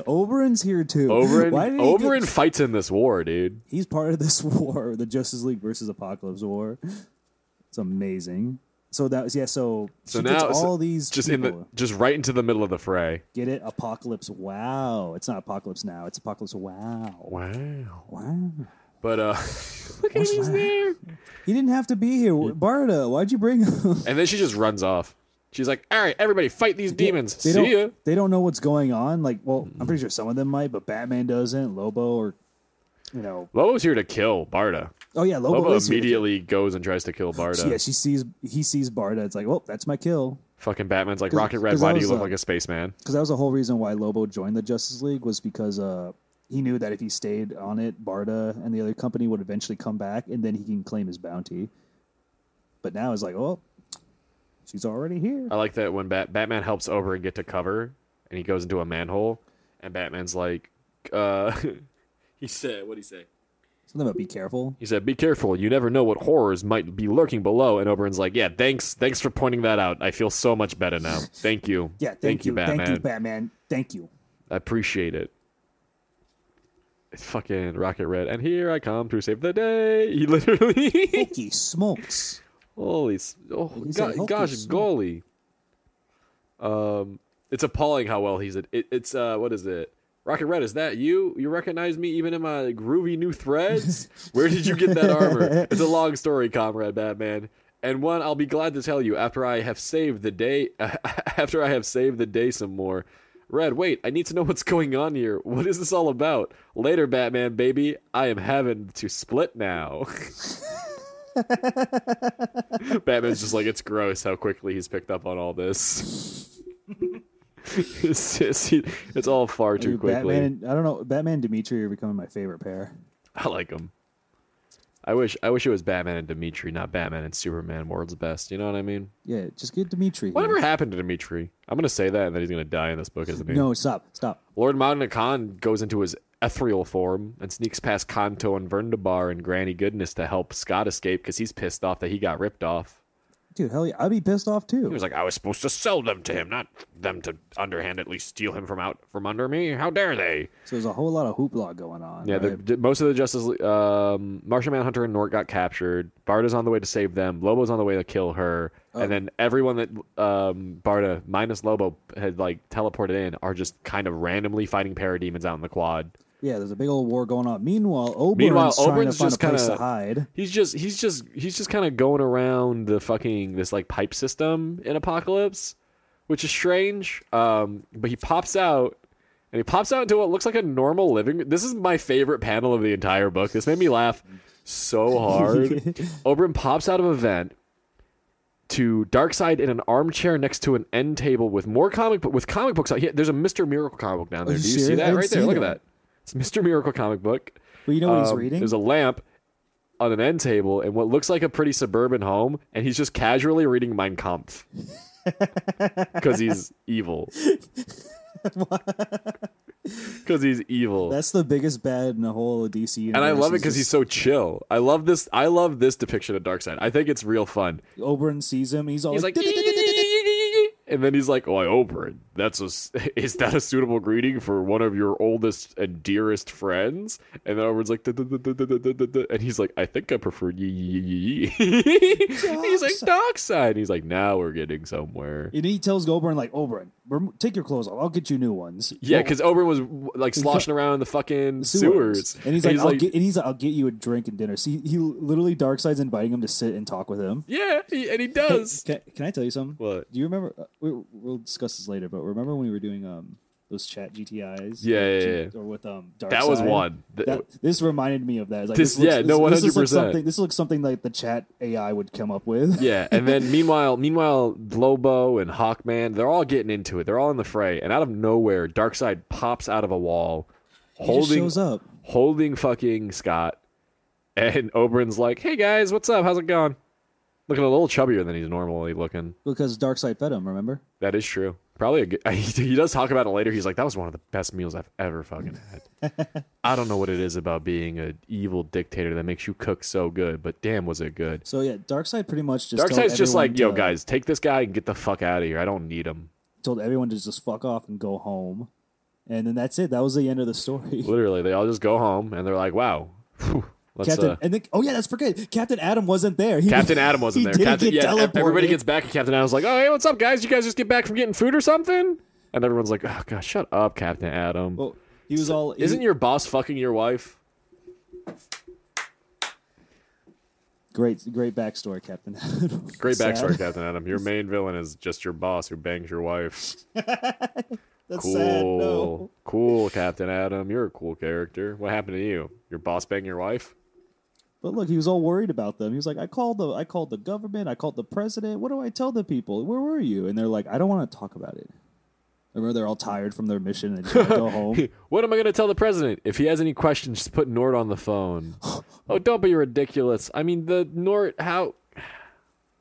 C: Oberon's here too.
B: Oberon,
C: Why did he
B: Oberon
C: get-
B: fights in this war, dude.
C: he's part of this war, the Justice League versus Apocalypse War. It's amazing. So that was yeah. So,
B: So
C: she
B: now
C: gets
B: so
C: all these
B: just
C: people.
B: in the just right into the middle of the fray.
C: get it apocalypse. Wow, it's not apocalypse now. It's apocalypse. Wow,
B: Wow.
C: wow.
B: But uh, look at he's there.
C: He didn't have to be here, Barda. Why'd you bring him?
B: And then she just runs off. She's like, all right, everybody, fight these demons.
C: They
B: See
C: don't,
B: ya. Mm.
C: They don't know what's going on. Like, well, I'm pretty sure some of them might, but Batman doesn't. Lobo or you know,
B: Lobo's here to kill Barda.
C: oh yeah, Lobo,
B: Lobo,
C: is here.
B: immediately goes and tries to kill Barda.
C: Yeah, she sees he sees Barda. It's like, well, that's my kill.
B: Fucking Batman's like,
C: 'Cause-
B: Rocket Red,
C: 'cause
B: why
C: that
B: do you
C: was,
B: look
C: uh,
B: like a spaceman?
C: Because that was the whole reason why Lobo joined the Justice League was because uh, he knew that if he stayed on it, Barda and the other company would eventually come back, and then he can claim his bounty. But now it's like, oh, she's already here.
B: I like that when Bat- Batman helps Oberon get to cover and he goes into a manhole and Batman's like, uh, he said, what'd he say?
C: Something about be careful.
B: He said, be careful. You never know what horrors might be lurking below. And Oberon's like, yeah, thanks. Thanks for pointing that out. I feel so much better now. Thank you.
C: Yeah, thank,
B: you, Batman.
C: Thank you, Batman. Thank you.
B: I appreciate it. It's fucking Rocket Red. And here I come to save the day. He literally.
C: Thank you, Smokes.
B: Holy, s- oh
C: He's
B: go-
C: a healthy
B: gosh,
C: soul.
B: golly. Um, it's appalling how well he's at. It, it's uh, what is it? Rocket Red, is that you? You recognize me even in my groovy new threads? Where did you get that armor? It's a long story, comrade Batman, and one I'll be glad to tell you after I have saved the day. after I have saved the day some more. Red, wait, I need to know what's going on here. What is this all about? Later, Batman, baby, I am having to split now. Batman's just like, it's gross how quickly he's picked up on all this. it's, just- it's all far too
C: Dude,
B: quickly.
C: Batman and, I don't know. Batman and Dimitri are becoming my favorite pair.
B: I like him. I wish I wish it was Batman and Dimitri, not Batman and Superman. World's best. You know what I mean?
C: Yeah, just get Dimitri. here.
B: Whatever happened to Dimitri? I'm gonna say that, and then he's gonna die in this book, isn't he?
C: No, stop, stop.
B: Lord Magna Khan goes into his ethereal form and sneaks past Kanto and Verndabar and Granny Goodness to help Scott escape because he's pissed off that he got ripped off.
C: Dude, hell yeah, I'd be pissed off too.
B: He was like, I was supposed to sell them to him, not them to underhandedly steal him from out from under me. How dare they?
C: so there's a whole lot of hoopla going on.
B: Yeah,
C: right?
B: the, most of the Justice Le- um, Martian Manhunter and Nort got captured. Barda's on the way to save them. Lobo's on the way to kill her, and then everyone that um, Barda minus Lobo had like teleported in are just kind of randomly fighting parademons out in the quad.
C: yeah. There's a big old war going on. Meanwhile, Oberon's
B: Meanwhile,
C: trying
B: Oberon's
C: to find
B: just
C: a place
B: kinda-
C: to hide.
B: He's just he's just he's just kind of going around the fucking this like pipe system in Apocalypse, which is strange. Um, but he pops out and he pops out into what looks like a normal living. This is my favorite panel of the entire book. This made me laugh so hard. Oberon pops out of a vent to Darkseid in an armchair next to an end table with more comic book with comic books. Yeah, there's a Mister Miracle comic book down there.
C: you
B: Do you
C: serious?
B: see
C: I
B: that
C: didn't
B: right there?
C: see
B: Look at that.
C: that.
B: It's Mister Miracle comic book.
C: But you know what he's
B: Um,
C: reading?
B: There's a lamp on an end table in what looks like a pretty suburban home, and he's just casually reading Mein Kampf because he's evil. Because he's evil,
C: That's the biggest bad in the whole DC universe.
B: and I love it
C: is
B: because he's
C: just-
B: so chill. I love this. I love this depiction of Darkseid. I think it's real fun.
C: Oberon sees him. And he's all
B: He's Oh, like,
C: like, "Duh, duh, duh, duh, duh, duh, duh."
B: And then he's like, "Oh, I open. That's a. s- Is that a suitable greeting for one of your oldest and dearest friends?" And then Oberyn's like, "Duh, duh, duh, duh, duh, duh, duh, duh, duh," and he's like, "I think I prefer ye ye ye ye." ye." He's like, "Dark side." He's like, "Now we're getting somewhere."
C: And he tells Oberon, like, Oberon, rem- take your clothes off. I'll get you new ones.
B: Yeah,
C: Well,
B: because Oberyn was like sloshing around in the fucking sewers,
C: And he's like, I'll get, and he's like, I'll get you a drink and dinner. See, he literally Darkseid's inviting him to sit and talk with him.
B: "Yeah," he, and he
C: Hey,
B: does.
C: can, can I tell you something?
B: What?
C: Do you remember? Uh, we, we'll discuss this later, but remember when we were doing um those chat GTIs?
B: Yeah,
C: Or
B: yeah,
C: G- Or with um Darkseid?
B: That was one. Th-
C: That, this reminded me of that. It's Like,
B: This-
C: this, looks,
B: yeah, no,
C: this- This looks,
B: 100%.
C: like something, this looks something like the chat AI would come up with.
B: Yeah, and then meanwhile, meanwhile, Lobo and Hawkman, they're all getting into it. They're all in the fray, and out of nowhere, Darkseid pops out of a wall,
C: he just
B: holding
C: shows up.
B: holding fucking Scott, and Oberyn's like, "Hey guys, what's up? How's it going?" Looking a little chubbier than he's normally looking.
C: Because Darkseid fed him, remember?
B: That is true. Probably a good, he does talk about it later. He's like, "That was one of the best meals I've ever fucking had." I don't know what it is about being an evil dictator that makes you cook so good, but damn, was it good.
C: So yeah, Darkseid pretty much just told
B: Darkseid's just
C: everyone
B: like, yo,
C: to-
B: guys, take this guy and get the fuck out of here. I don't need him.
C: told everyone to just fuck off and go home, and then that's it. That was the end of the story.
B: Literally, they all just go home and they're like, wow. phew, let's,
C: Captain
B: uh,
C: and then, oh yeah, that's forget. Captain Adam wasn't there. He,
B: Captain Adam wasn't
C: he
B: there.
C: Didn't
B: Captain,
C: get
B: yeah, ev-
C: teleported.
B: everybody gets back, and Captain Adam's like, oh, hey, what's up, guys? You guys just get back from getting food or something? And everyone's like, oh, God, shut up, Captain Adam.
C: Well, he was all.
B: Isn't
C: he-
B: your boss fucking your wife?
C: great? Great backstory, Captain Adam.
B: Great
C: Sad.
B: backstory, Captain Adam. Your main villain is just your boss who bangs your wife.
C: That's
B: Cool.
C: sad. No.
B: Cool, Captain Adam. You're a cool character. What happened to you? Your boss banged your wife?
C: But look, he was all worried about them. He was like, "I called the, I called the government. I called the president. What do I tell the people? Where were you?" And they're like, "I don't want to talk about it." Remember, they're all tired from their mission and they just want to go home.
B: What am I going to tell the president? If he has any questions, just put Nort on the phone. oh, don't be ridiculous. I mean, the Nort, how.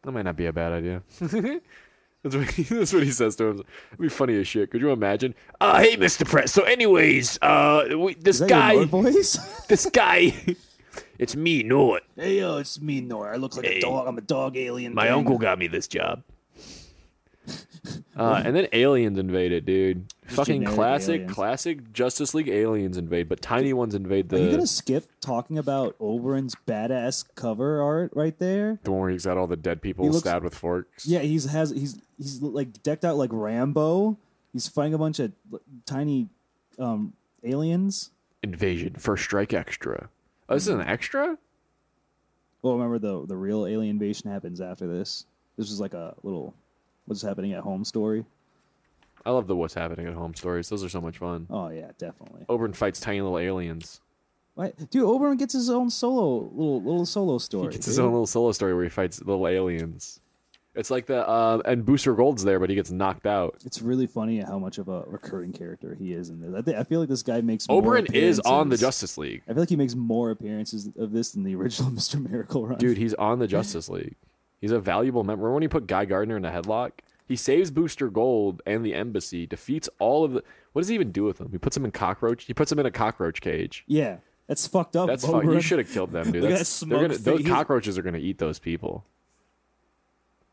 B: That might not be a bad idea. that's, what he, that's what he says to him. It'd be funny as shit. Could you imagine? Uh, hey, Mr. Press. So, anyways, uh, we, this
C: Is that your
B: guy.
C: Nord voice?
B: This guy. it's me, Nort.
C: hey, yo, it's me, Nor. I look like
B: Hey.
C: a dog. I'm a dog alien.
B: My
C: thing.
B: uncle got me this job. Uh, and then aliens invade it, dude. Fucking
C: generic
B: classic,
C: aliens.
B: classic Justice League aliens invade, but tiny ones invade the.
C: Are you gonna skip talking about Oberon's badass cover art right there?
B: The one where he's got all the dead people
C: He looks-
B: stabbed with forks.
C: Yeah, he's has he's he's like decked out like Rambo. He's fighting a bunch of like, tiny um, aliens.
B: Invasion, first strike extra. Oh, this is an extra?
C: Well, remember the the real alien invasion happens after this. This is like a little what's happening at home story.
B: I love the what's happening at home stories. Those are so much fun.
C: Oh yeah, definitely.
B: Oberon fights tiny little aliens.
C: What? Dude, Oberon gets his own solo little little solo story.
B: It's his
C: dude.
B: own little solo story where he fights little aliens. It's like the uh, and Booster Gold's there, but he gets knocked out.
C: It's really funny how much of a recurring character he is in this. I, thi- I feel like this guy makes more
B: Oberon is on the
C: appearances-
B: Justice League.
C: I feel like he makes more appearances of this than the original Mr. Miracle run.
B: Dude, he's on the Justice League. He's a valuable member. Remember when he put Guy Gardner in a headlock? He saves Booster Gold and the embassy, defeats all of the. What does he even do with them? He puts him in cockroach. He puts him in a cockroach cage.
C: Yeah, that's fucked up.
B: That's
C: Oberon.
B: fine. You should have killed them, dude.
C: Look at
B: That's,
C: that
B: they're gonna,
C: smug
B: those
C: face.
B: cockroaches are gonna eat those people.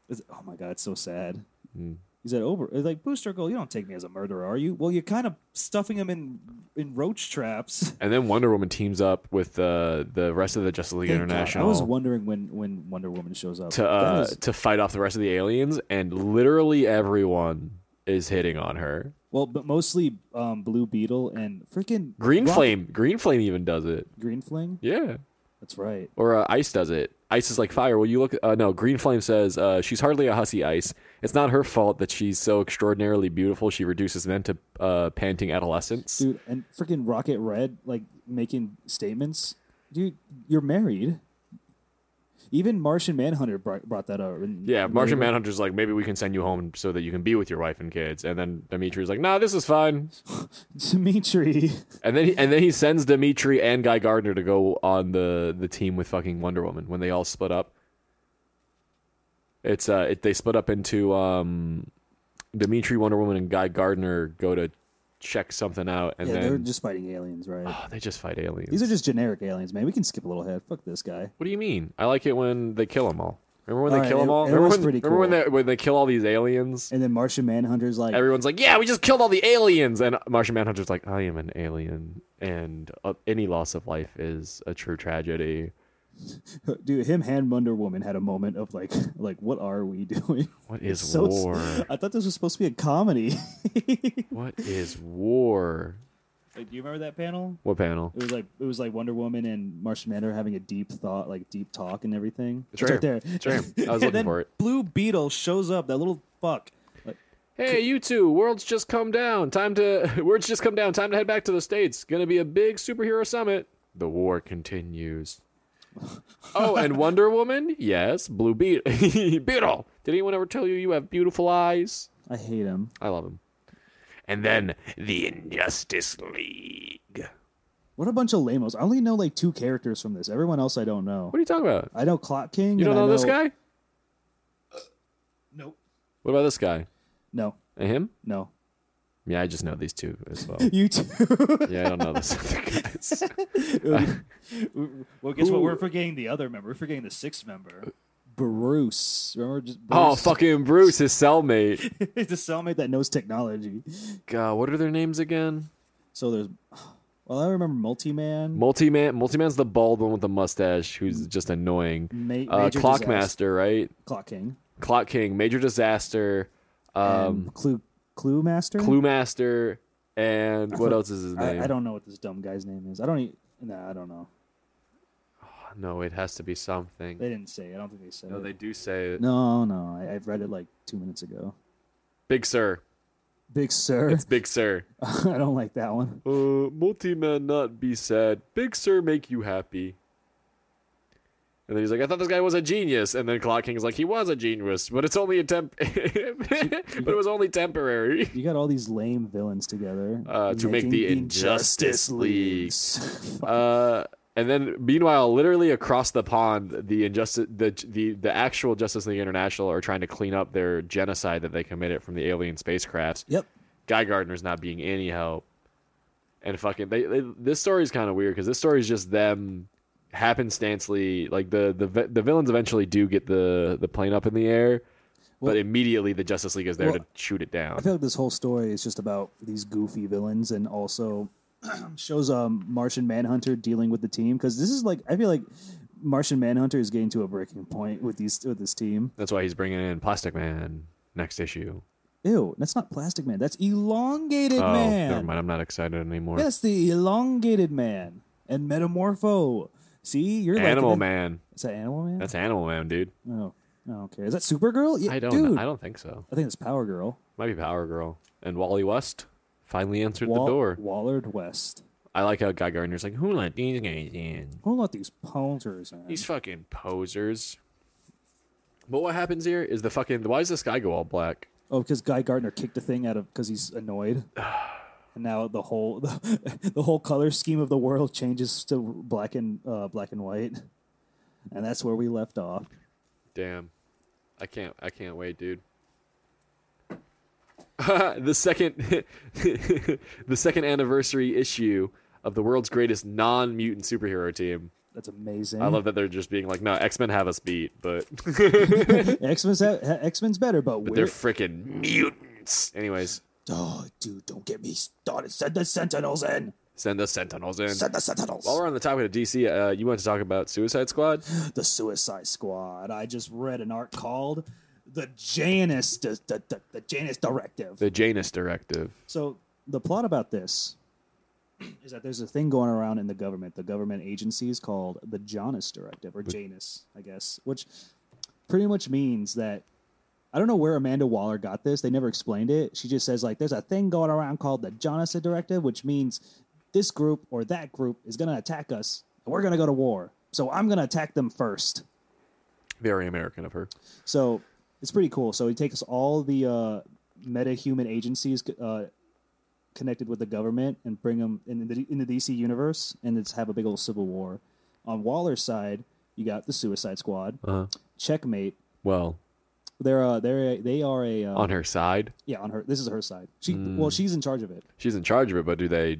C: It's- oh my god, it's so sad.
B: Hmm.
C: He said, "Over it's like Booster Gold, you don't take me as a murderer, are you? Well, you're kind of stuffing him in in roach traps."
B: And then Wonder Woman teams up with uh, the rest of the Justice League
C: Thank God.
B: International
C: I was wondering when when Wonder Woman shows up.
B: to
C: That
B: uh,
C: is-
B: to fight off the rest of the aliens, and literally everyone is hitting on her.
C: well, but mostly um, Blue Beetle and freaking
B: Green
C: Rock-
B: Flame, Green Flame even does it.
C: Green Fling.
B: Yeah.
C: That's right.
B: or uh, Ice does it. Ice is like fire. Well, you look. Uh, no, Green Flame says uh, she's hardly a hussy. Ice. It's not her fault that she's so extraordinarily beautiful. She reduces men to uh, panting adolescents.
C: dude and freaking rocket red like making statements dude you're married even martian manhunter brought, brought that up in-
B: yeah,
C: in
B: Martian
C: later-
B: Manhunter's like, maybe we can send you home so that you can be with your wife and kids. And then Dimitri's like, nah, this is fine.
C: dimitri
B: And then he, and then he sends Dimitri and Guy Gardner to go on the the team with fucking Wonder Woman when they all split up. It's uh, it, they split up into um, Dimitri, Wonder Woman, and Guy Gardner go to check something out, and
C: yeah
B: then
C: they're just fighting aliens right
B: Oh, they just fight aliens.
C: these are just generic aliens man we can skip a little ahead fuck this guy
B: What do you mean? I like it when they kill them all. Remember when they
C: Alright,
B: kill
C: Uh, it-
B: them all?
C: it
B: remember
C: was
B: when,
C: pretty
B: remember when
C: cool.
B: they when they kill all these aliens?
C: And then Martian Manhunter's like,
B: Everyone's like, "Yeah, we just killed all the aliens," and Martian Manhunter's like, "I am an alien, and uh, any loss of life is a true tragedy."
C: dude, him and Wonder Woman had a moment of like, like, what are we doing?
B: What is
C: So s-
B: war?
C: I thought this was supposed to be a comedy.
B: what is war?
C: Like, do you remember that panel?
B: What panel?
C: It was like it was like Wonder Woman and Martian Manhunter having a deep thought, like deep talk and everything.
B: It's right here.
C: right there.
B: It's right here. I was looking
C: And then
B: for it.
C: Blue Beetle shows up. That little fuck. Like,
B: Hey, you two, world's just come down. Time to world's just come down. Time to head back to the states. Gonna be a big superhero summit. The war continues. oh, and Wonder Woman? Yes, Blue Beetle. Beetle. Did anyone ever tell you you have beautiful eyes?
C: I hate him.
B: I love him. And then the Injustice League.
C: What a bunch of lamos. I only know like two characters from this. Everyone else I don't know.
B: What are you talking about?
C: I know Clock King.
B: You don't
C: and I
B: know, Uh, this guy?
D: Nope.
B: What about this guy?
C: No,
B: And him?
C: no.
B: Yeah, I just know these two as well.
C: You too.
B: yeah, I don't know this other guys.
D: Well, guess
C: Who-
D: what? We're forgetting the other member. We're forgetting the sixth member.
C: Bruce. Remember just Bruce?
B: Oh, fucking Bruce, his cellmate.
C: He's the cellmate that knows technology.
B: God, what are their names again?
C: So there's. Well, I remember Multi Man.
B: Multi Man, Multi Man's the bald one with the mustache who's just annoying.
C: Ma-
B: uh,
C: Major
B: Clockmaster,
C: Disaster.
B: right?
C: Clock King.
B: Clock King, Major Disaster, um,
C: Um, Clue Clue Master.
B: Clue Master, and what
C: thought-
B: else is his name?
C: I, I don't know what this dumb guy's name is. I don't. e nah, I don't know.
B: No, it has to be something.
C: They didn't say. I don't think they said.
B: no,
C: it.
B: they do say it.
C: No, no. I, I've read it like two minutes ago.
B: Big Sir.
C: Big Sir.
B: It's Big Sir.
C: I don't like that one.
B: Uh, multi man, not be sad. Big Sir, make you happy. And then he's like, I thought this guy was a genius. And then Clock King's like, he was a genius, but it's only a temp. but it was only temporary.
C: You got all these lame villains together
B: Uh, to make
C: making
B: the Injustice
C: Leagues.
B: Uh, and then, meanwhile, literally across the pond, the injustice, the the the actual Justice League International are trying to clean up their genocide that they committed from the alien spacecrafts.
C: yep.
B: Guy Gardner's not being any help, and fucking they. they this story is kind of weird because this story is just them happenstancely like the the vi- the villains eventually do get the the plane up in the air,
C: Well-
B: but immediately the Justice League is there
C: well,
B: to shoot it down.
C: I feel like this whole story is just about these goofy villains and also shows um, Martian Manhunter dealing with the team because this is like I feel like Martian Manhunter is getting to a breaking point with these with this team.
B: That's why he's bringing in Plastic Man next issue.
C: Ew, that's not Plastic Man. That's Elongated
B: oh,
C: Man.
B: never mind. I'm not excited anymore.
C: That's the Elongated Man and Metamorpho. See, you're
B: Animal
C: like
B: Man.
C: Is that Animal Man?
B: That's Animal Man, dude.
C: No, I don't care. Is that Supergirl? Yeah,
B: I don't.
C: Dude.
B: I don't think so.
C: I think it's Power Girl.
B: Might be Power Girl. And Wally West finally answered
C: Wall-
B: the door.
C: Wallard West.
B: I like how Guy Gardner's like, "Who let these guys in?
C: Who let these posers in?
B: These fucking posers." But what happens here is the fucking. Why does the sky go all black?
C: Oh, because Guy Gardner kicked the thing out of because he's annoyed, and now the whole the, whole color scheme of the world changes to black and uh, black and white, and that's where we left off.
B: Damn, I can't. I can't wait, dude. the second, the second anniversary issue of the world's greatest non-mutant superhero team.
C: That's amazing.
B: I love that they're just being like, "No, X Men have us beat," but
C: X Men's X Men's uh, better, but,
B: But
C: we're
B: they're freaking mutants. Anyways,
C: oh, dude, don't get me started. Send the Sentinels in.
B: send the Sentinels in.
C: Send the Sentinels.
B: While we're on the topic of DC, uh, you want to talk about Suicide Squad?
C: the Suicide Squad. I just read an art called the Janus the, the, the, the Janus Directive.
B: The Janus Directive.
C: So the plot about this is that there's a thing going around in the government, the government agencies called the Janus Directive or Janus, I guess, which pretty much means that I don't know where Amanda Waller got this. They never explained it. She just says like there's a thing going around called the Janus Directive, which means this group or that group is going to attack us and we're going to go to war. So I'm going to attack them first.
B: Very American of her.
C: So it's pretty cool. So he takes all the uh, meta-human agencies uh, connected with the government and bring them in the, in the DC universe, and it's have a big old civil war. On Waller's side, you got the Suicide Squad,
B: Uh-huh.
C: Checkmate.
B: Well,
C: They're uh, they're a, they are a uh,
B: on her side,
C: yeah on her. This is her side. She well she's in charge of it.
B: she's in charge of it, but do they?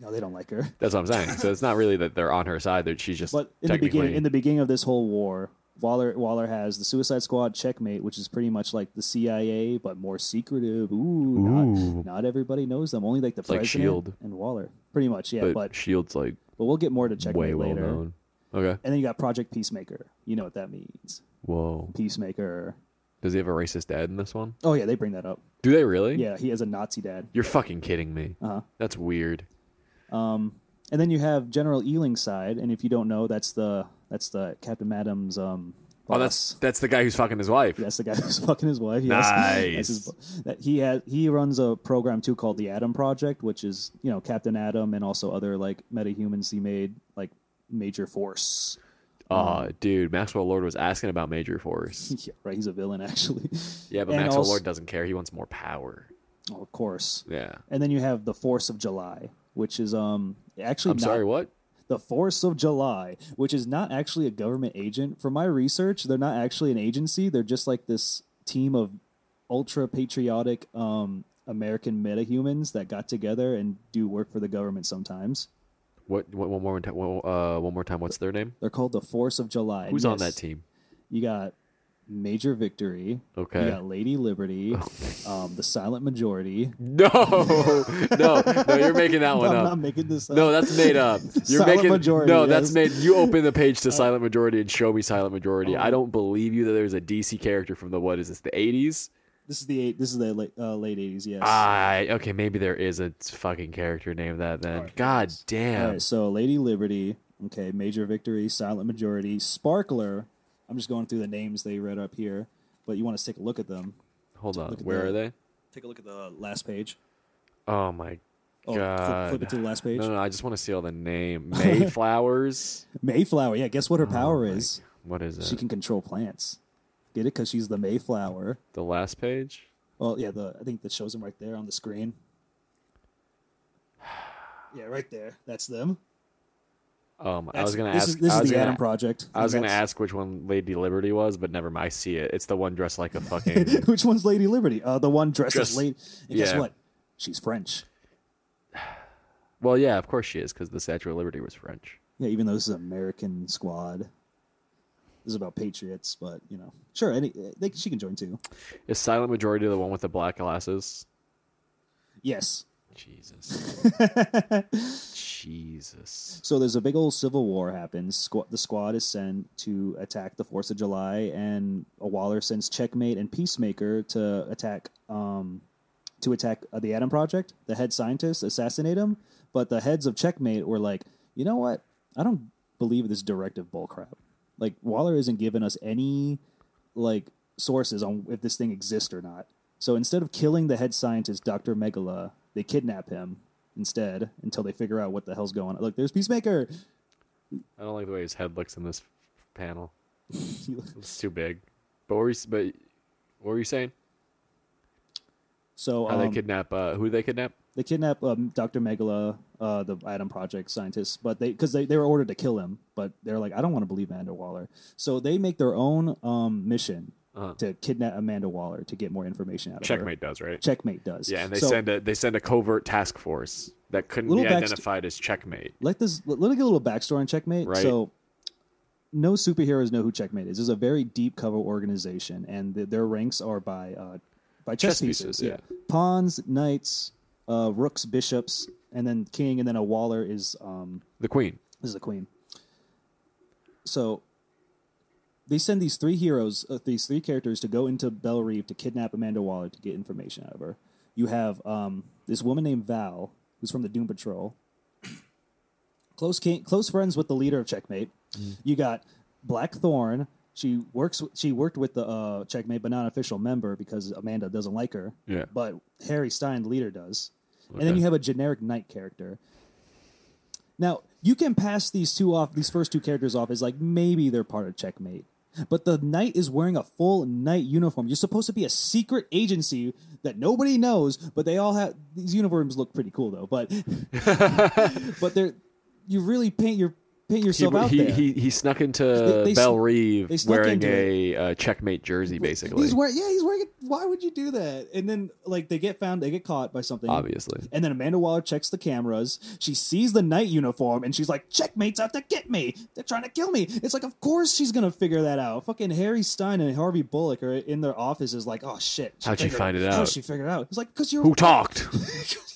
C: No, they don't like her.
B: That's what I'm saying. so it's not really that they're on her side. That she's just
C: But in the
B: technically.
C: beginning, in the beginning of this whole war, Waller Waller has the Suicide Squad Checkmate, which is pretty much like the CIA but more secretive. Ooh,
B: Ooh.
C: Not, not everybody knows them. Only like the
B: like
C: president
B: S.H.I.E.L.D..
C: and Waller, pretty much. Yeah,
B: E but,
C: but
B: Shield's like
C: but we'll get more to Checkmate
B: way well
C: later.
B: known. Okay.
C: And then you got Project Peacemaker. You know what that means?
B: Whoa.
C: Peacemaker.
B: Does he have a racist dad in this one?
C: Oh yeah, they bring that up.
B: Do they really?
C: Yeah, he has a Nazi dad.
B: You're fucking kidding me.
C: Uh huh.
B: That's weird.
C: Um, and then you have General Ealing's side, and if you don't know, that's the that's the Captain Madam's um.
B: Oh,
C: boss.
B: that's that's the guy who's fucking his wife.
C: that's the guy who's fucking his wife. Yes.
B: Nice.
C: That's his bu- that he has he runs a program too called the Atom Project, which is you know Captain Atom and also other like metahumans he made like major force.
B: Aw, dude, Maxwell Lord was asking about Major Force.
C: yeah, right. He's a villain actually.
B: Yeah, but
C: And
B: Maxwell
C: also-
B: Lord doesn't care. He wants more power.
C: Oh, of course.
B: Yeah.
C: And then you have the Force of July, which is um actually
B: I'm
C: not-
B: sorry, what?
C: the Force of July, which is not actually a government agent. From my research, they're not actually an agency. They're just like this team of ultra patriotic um, American metahumans that got together and do work for the government sometimes.
B: What, what one more time? Uh, one more time. What's their name?
C: They're called the Force of July. And
B: Who's on
C: yes,
B: that team?
C: You got Major Victory.
B: Okay.
C: You got Lady Liberty, um, the Silent Majority.
B: No, no, no. You're making that one
C: I'm
B: up.
C: not making this up.
B: No, that's made up. You're
C: Silent
B: making
C: majority,
B: no. That's
C: yes. Uh, oh.
B: made. You open the page to silent majority and show me silent majority. I don't believe you that there's a DC character from the what is this the 80s?
C: This is the eight, this is the late, uh, late 80s. Yes.
B: I okay. Maybe there is a fucking character named that. Then God
C: All
B: damn.
C: right, so Lady Liberty, okay, Major Victory, Silent Majority, Sparkler. I'm just going through the names they read up here, but you want to take a look at them.
B: Hold on.
C: look at
B: Where
C: the-
B: are they?
C: Take a look at the last page.
B: Oh my
C: Oh,
B: god. Uh,
C: flip, flip it to the last page.
B: No, no. I just want to see all the name Mayflowers.
C: Mayflower. Yeah, guess what
B: oh
C: her power is?
B: what is it?
C: She can control plants. Get it? Because she's the Mayflower.
B: The last page.
C: Well, yeah, the I think that shows them right there on the screen. Yeah, right there. That's them.
B: Um, I
C: That's-
B: was gonna
C: this
B: ask.
C: Is, this
B: I
C: is
B: was
C: the
B: gonna-
C: Adam Project.
B: I was gonna
C: That's-
B: ask which one Lady Liberty was, but never mind. I see it. It's the one dressed like a fucking.
C: Which one's Lady Liberty? Uh, the one dressed
B: Dress-
C: as Lady. And guess
B: yeah.
C: what? She's French.
B: well, yeah, of course she is, because the Statue of Liberty was French.
C: Yeah, even though this is an American squad, this is about patriots. But you know, sure, any they, she can join too.
B: Is Silent Majority the one with the black glasses?
C: Yes.
B: Jesus, Jesus.
C: So there's a big old civil war happens. Squ- the squad is sent to attack the Fourth of July, and a Waller sends Checkmate and Peacemaker to attack. Um, to attack uh, the Atom Project, the head scientists assassinate him, but the heads of Checkmate were like, you know what? I don't believe this directive bullcrap. Like Waller isn't giving us any like sources on if this thing exists or not. So instead of killing the head scientist, Dr. Megala, they kidnap him instead until they figure out what the hell's going on. Look, there's Peacemaker.
B: I don't like the way his head looks in this panel. It's too big. But what were you, s- but what were you saying?
C: So
B: How
C: um,
B: they kidnap? Uh, who they kidnap?
C: they kidnap um, Dr. Megala, uh, the Adam Project scientists, but they because they, they were ordered to kill him, but they're like, I don't want to believe Amanda Waller, so they make their own um, mission
B: Uh-huh.
C: to kidnap Amanda Waller to get more information out of her.
B: Checkmate does right.
C: Checkmate does.
B: Yeah, and they
C: So,
B: send a they send a covert task force that couldn't be
C: Little backst-
B: identified as Checkmate.
C: Let this. Let, let me get a little backstory on Checkmate.
B: Right.
C: So, no superheroes know who Checkmate is. This is a very deep cover organization, and th their ranks are by uh, by chess,
B: Chess pieces, yeah.
C: pawns, knights, uh, rooks, bishops, and then king, and then a Waller is um,
B: The Queen.
C: This is the queen. So they send these three heroes, uh, these three characters, to go into Belle Reeve to kidnap Amanda Waller to get information out of her. You have um, this woman named Val, who's from the Doom Patrol, close king, close friends with the leader of Checkmate. You got Blackthorn. She works. w- She worked with the uh, Checkmate, but not an official member because Amanda doesn't like her.
B: Yeah.
C: But Harry Stein, the leader, does. And then
B: Okay.
C: you have a generic knight character. Now you can pass these two off, these first two characters off as like maybe they're part of Checkmate, but the knight is wearing a full knight uniform. You're supposed to be a secret agency that nobody knows, but they all have these uniforms look pretty cool though. But but they're you really paint you're put yourself
B: he,
C: out
B: he,
C: there.
B: he he snuck into
C: They- they
B: Bell
C: sn-
B: Reeve
C: they snuck
B: wearing
C: into
B: a uh, checkmate jersey, basically.
C: He's wearing, yeah, he's wearing it. Why would you do that? And then, like, they get found, they get caught by something.
B: obviously,
C: And then Amanda Waller checks the cameras. She sees the night uniform and she's like, checkmates out to get me. They're trying to kill me. It's like, of course she's going to figure that out. Fucking Harry Stein and Harvey Bullock are in their offices like, oh shit.
B: How'd she
C: figured-
B: find it
C: How'd
B: out?
C: she figure it out? It's like, because you're,
B: who talked?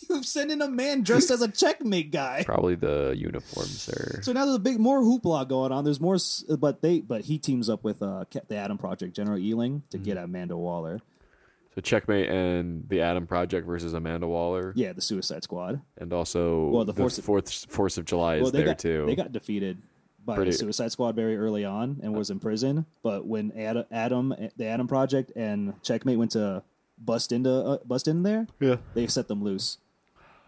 C: you're sending a man dressed as a checkmate guy.
B: Probably the uniform, sir.
C: So now there's a big more hoopla going on. There's more, s- but they but he teams up with uh, Ca- the Adam Project, General Ealing,
B: Mm-hmm.
C: to get Amanda Waller.
B: So checkmate and the Adam Project versus Amanda Waller,
C: Yeah, the Suicide Squad.
B: and also
C: Well, the
B: the,
C: Force-
B: fourth Force of July is
C: well, they
B: there
C: got,
B: too.
C: They got defeated by
B: Pretty-
C: the Suicide Squad very early on and was in prison. But when Adam, Adam the Adam Project and Checkmate went to bust into uh, bust in there,
B: yeah.
C: they set them loose.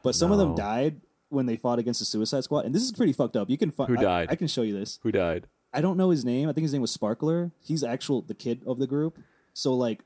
C: But some of them
B: No.
C: died when they fought against the Suicide Squad, and this is pretty fucked up. You can find
B: Who died?
C: I, I can show you this.
B: Who died?
C: I don't know his name. I think his name was Sparkler. He's actual the kid of the group. So like,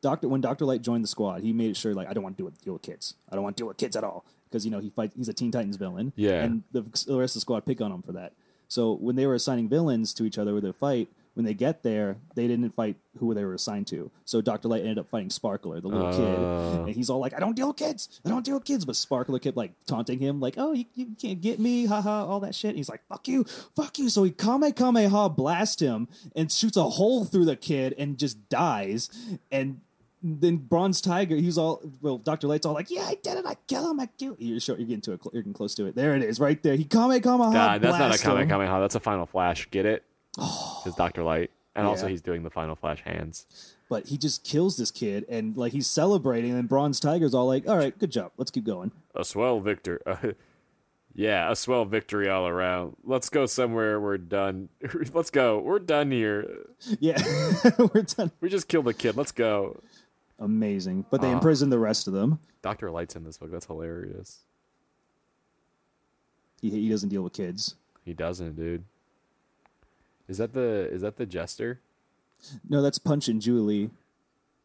C: Doctor when Doctor Light joined the squad, he made it sure like I don't want to deal with, deal with kids. I don't want to deal with kids at all because you know he fights. He's a Teen Titans villain.
B: Yeah.
C: and the, the rest of the squad pick on him for that. So when they were assigning villains to each other with their fight, when they get there, they didn't fight who they were assigned to. So Doctor Light ended up fighting Sparkler, the little kid,
B: Uh.
C: and he's all like, "I don't deal with kids. I don't deal with kids." But Sparkler kept like taunting him, like, "Oh, you, you can't get me, haha, all that shit." And he's like, "Fuck you, fuck you." So he kamehameha blasts him and shoots a hole through the kid and just dies. And then Bronze Tiger, he's all well. Doctor Light's all like, "Yeah, I did it. I kill him. I kill." You're sure you're getting to it. You're getting close to it. There it is, right there. He kamehameha.
B: God, that's not a
C: blast him.
B: Kamehameha. That's a Final Flash. Get it? It's Doctor Light, and also
C: Yeah.
B: he's doing the Final Flash hands.
C: but he just kills this kid and like he's celebrating and bronze tiger's all like all right good job let's keep going
B: A swell victor. yeah, a swell victory all around. Let's go somewhere. We're done. Let's go. We're done here.
C: yeah we're done
B: We just killed the kid. Let's go.
C: amazing but they
B: Uh.
C: imprison the rest of them
B: Doctor Light's in this book. That's hilarious.
C: he, he doesn't deal with kids
B: He doesn't, dude. Is that the is that the jester?
C: no that's punch and julie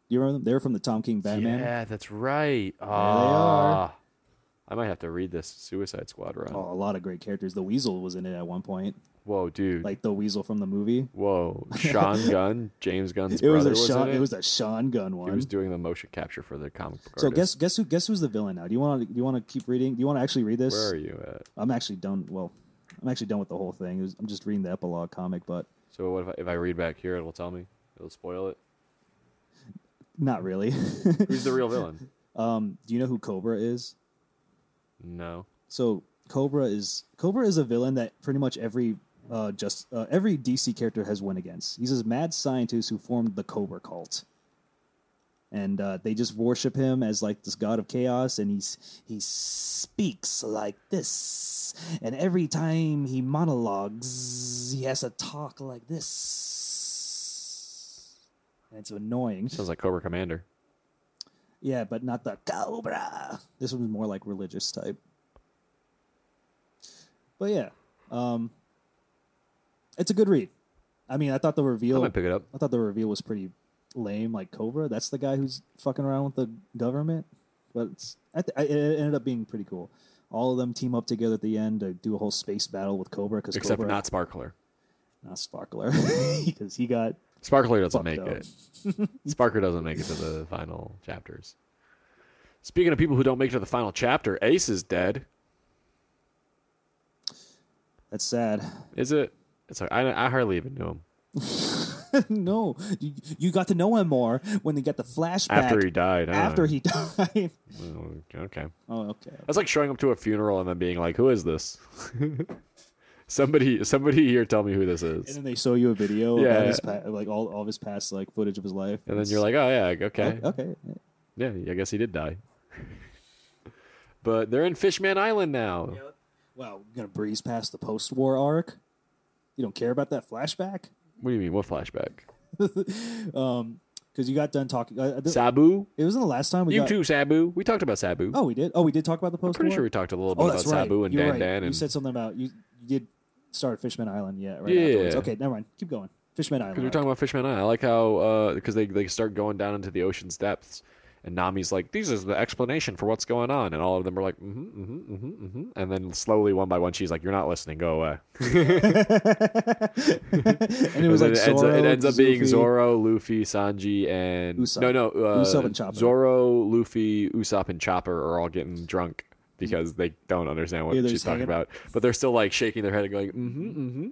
C: you remember them they're from the tom king batman
B: Yeah, that's right. Ah,
C: are.
B: I might have to read this Suicide Squad run.
C: oh, a lot of great characters the weasel was in it at one point
B: Whoa, dude.
C: like the weasel from the movie
B: Whoa, Sean Gunn, James Gunn's
C: it was
B: brother
C: a
B: was,
C: sean
B: in
C: it?
B: it.
C: was that sean gunn
B: he
C: one
B: was doing the motion capture for the comic book.
C: so
B: artist.
C: guess guess who guess who's the villain now do you want to do you want to keep reading do you want to actually read this
B: where are you at?
C: i'm actually done well i'm actually done with the whole thing It was- i'm just reading the epilogue comic but
B: So what if I, if I read back here? It'll tell me. It'll spoil it.
C: Not really.
B: Who's the real villain?
C: um, do you know who Cobra is?
B: No.
C: So Cobra is Cobra is a villain that pretty much every uh, just uh, every DC character has went against. He's this mad scientist who formed the Cobra cult, and uh, they just worship him as like this god of chaos. And he's he speaks like this, and every time he monologues, he has to talk like this. And it's annoying.
B: Sounds like Cobra Commander.
C: Yeah, but not the Cobra. This one was more like religious type. But yeah, um, it's a good read. I mean, I thought the
B: I
C: reveal.
B: might pick it up.
C: I thought the reveal was pretty lame. Like Cobra, that's the guy who's fucking around with the government. But it's, I th- I, it ended up being pretty cool. All of them team up together at the end to do a whole space battle with Cobra because
B: Except
C: Cobra,
B: not Sparkler.
C: not Sparkler because he got
B: Sparkler doesn't
C: Fucked
B: make
C: up.
B: it. Sparkler doesn't make it to the final chapters. Speaking of people who don't make it to the final chapter, Ace is dead.
C: that's sad.
B: Is it? It's like I, I hardly even knew him
C: no, you, you got to know him more when they get the flashback
B: after he died. I don't
C: after
B: know.
C: he died.
B: Oh, okay.
C: Oh, okay.
B: That's like showing up to a funeral and then being like, "Who is this?" somebody, somebody here, tell me who this
C: And
B: is.
C: then they show you a video
B: Yeah,
C: about
B: yeah.
C: his pa- like all, all of his past like footage of his life.
B: And then you're like, "Oh yeah, okay,
C: okay, okay.
B: yeah, I guess he did die." but they're in Fishman Island now.
C: Wow, we're gonna breeze past the post-war arc. You don't care about that flashback
B: What do you mean? What flashback?
C: because you got done talking. Uh, th-
B: Sabu,
C: it wasn't the last time we
B: you
C: got.
B: too, Sabu. We talked about Sabu.
C: Oh, we did. Oh, we did talk about the
B: I'm
C: post-war.
B: pretty sure we talked a little bit
C: oh,
B: about
C: that's right.
B: Sabu and
C: You're
B: Dan
C: right.
B: Dan
C: You
B: and
C: said something about you. You did start at Fishman Island, yeah? Right
B: Yeah.
C: afterwards. Okay, never mind. Keep going. Fishman Island.
B: uh, Because we're talking about Fishman Island. I like how because they they start going down into the ocean's depths, And Nami's like, "These is the explanation for what's going on," and all of them are like, "Mm-hmm, mm-hmm, mm-hmm, mm-hmm." And then slowly, one by one, she's like, "You're not listening. Go away."
C: and it was like
B: it, ends up,
C: Zoro,
B: it ends up being
C: Luffy.
B: Zoro, Luffy, Sanji, and
C: Usopp.
B: no, no, uh,
C: Usopp and Chopper.
B: Zoro, Luffy, Usopp, and Chopper are all getting drunk because they don't understand what
C: Yeah, they're
B: she's
C: just
B: talking
C: hanging-
B: about, but they're still like shaking their head and going, "Mm-hmm, mm-hmm,"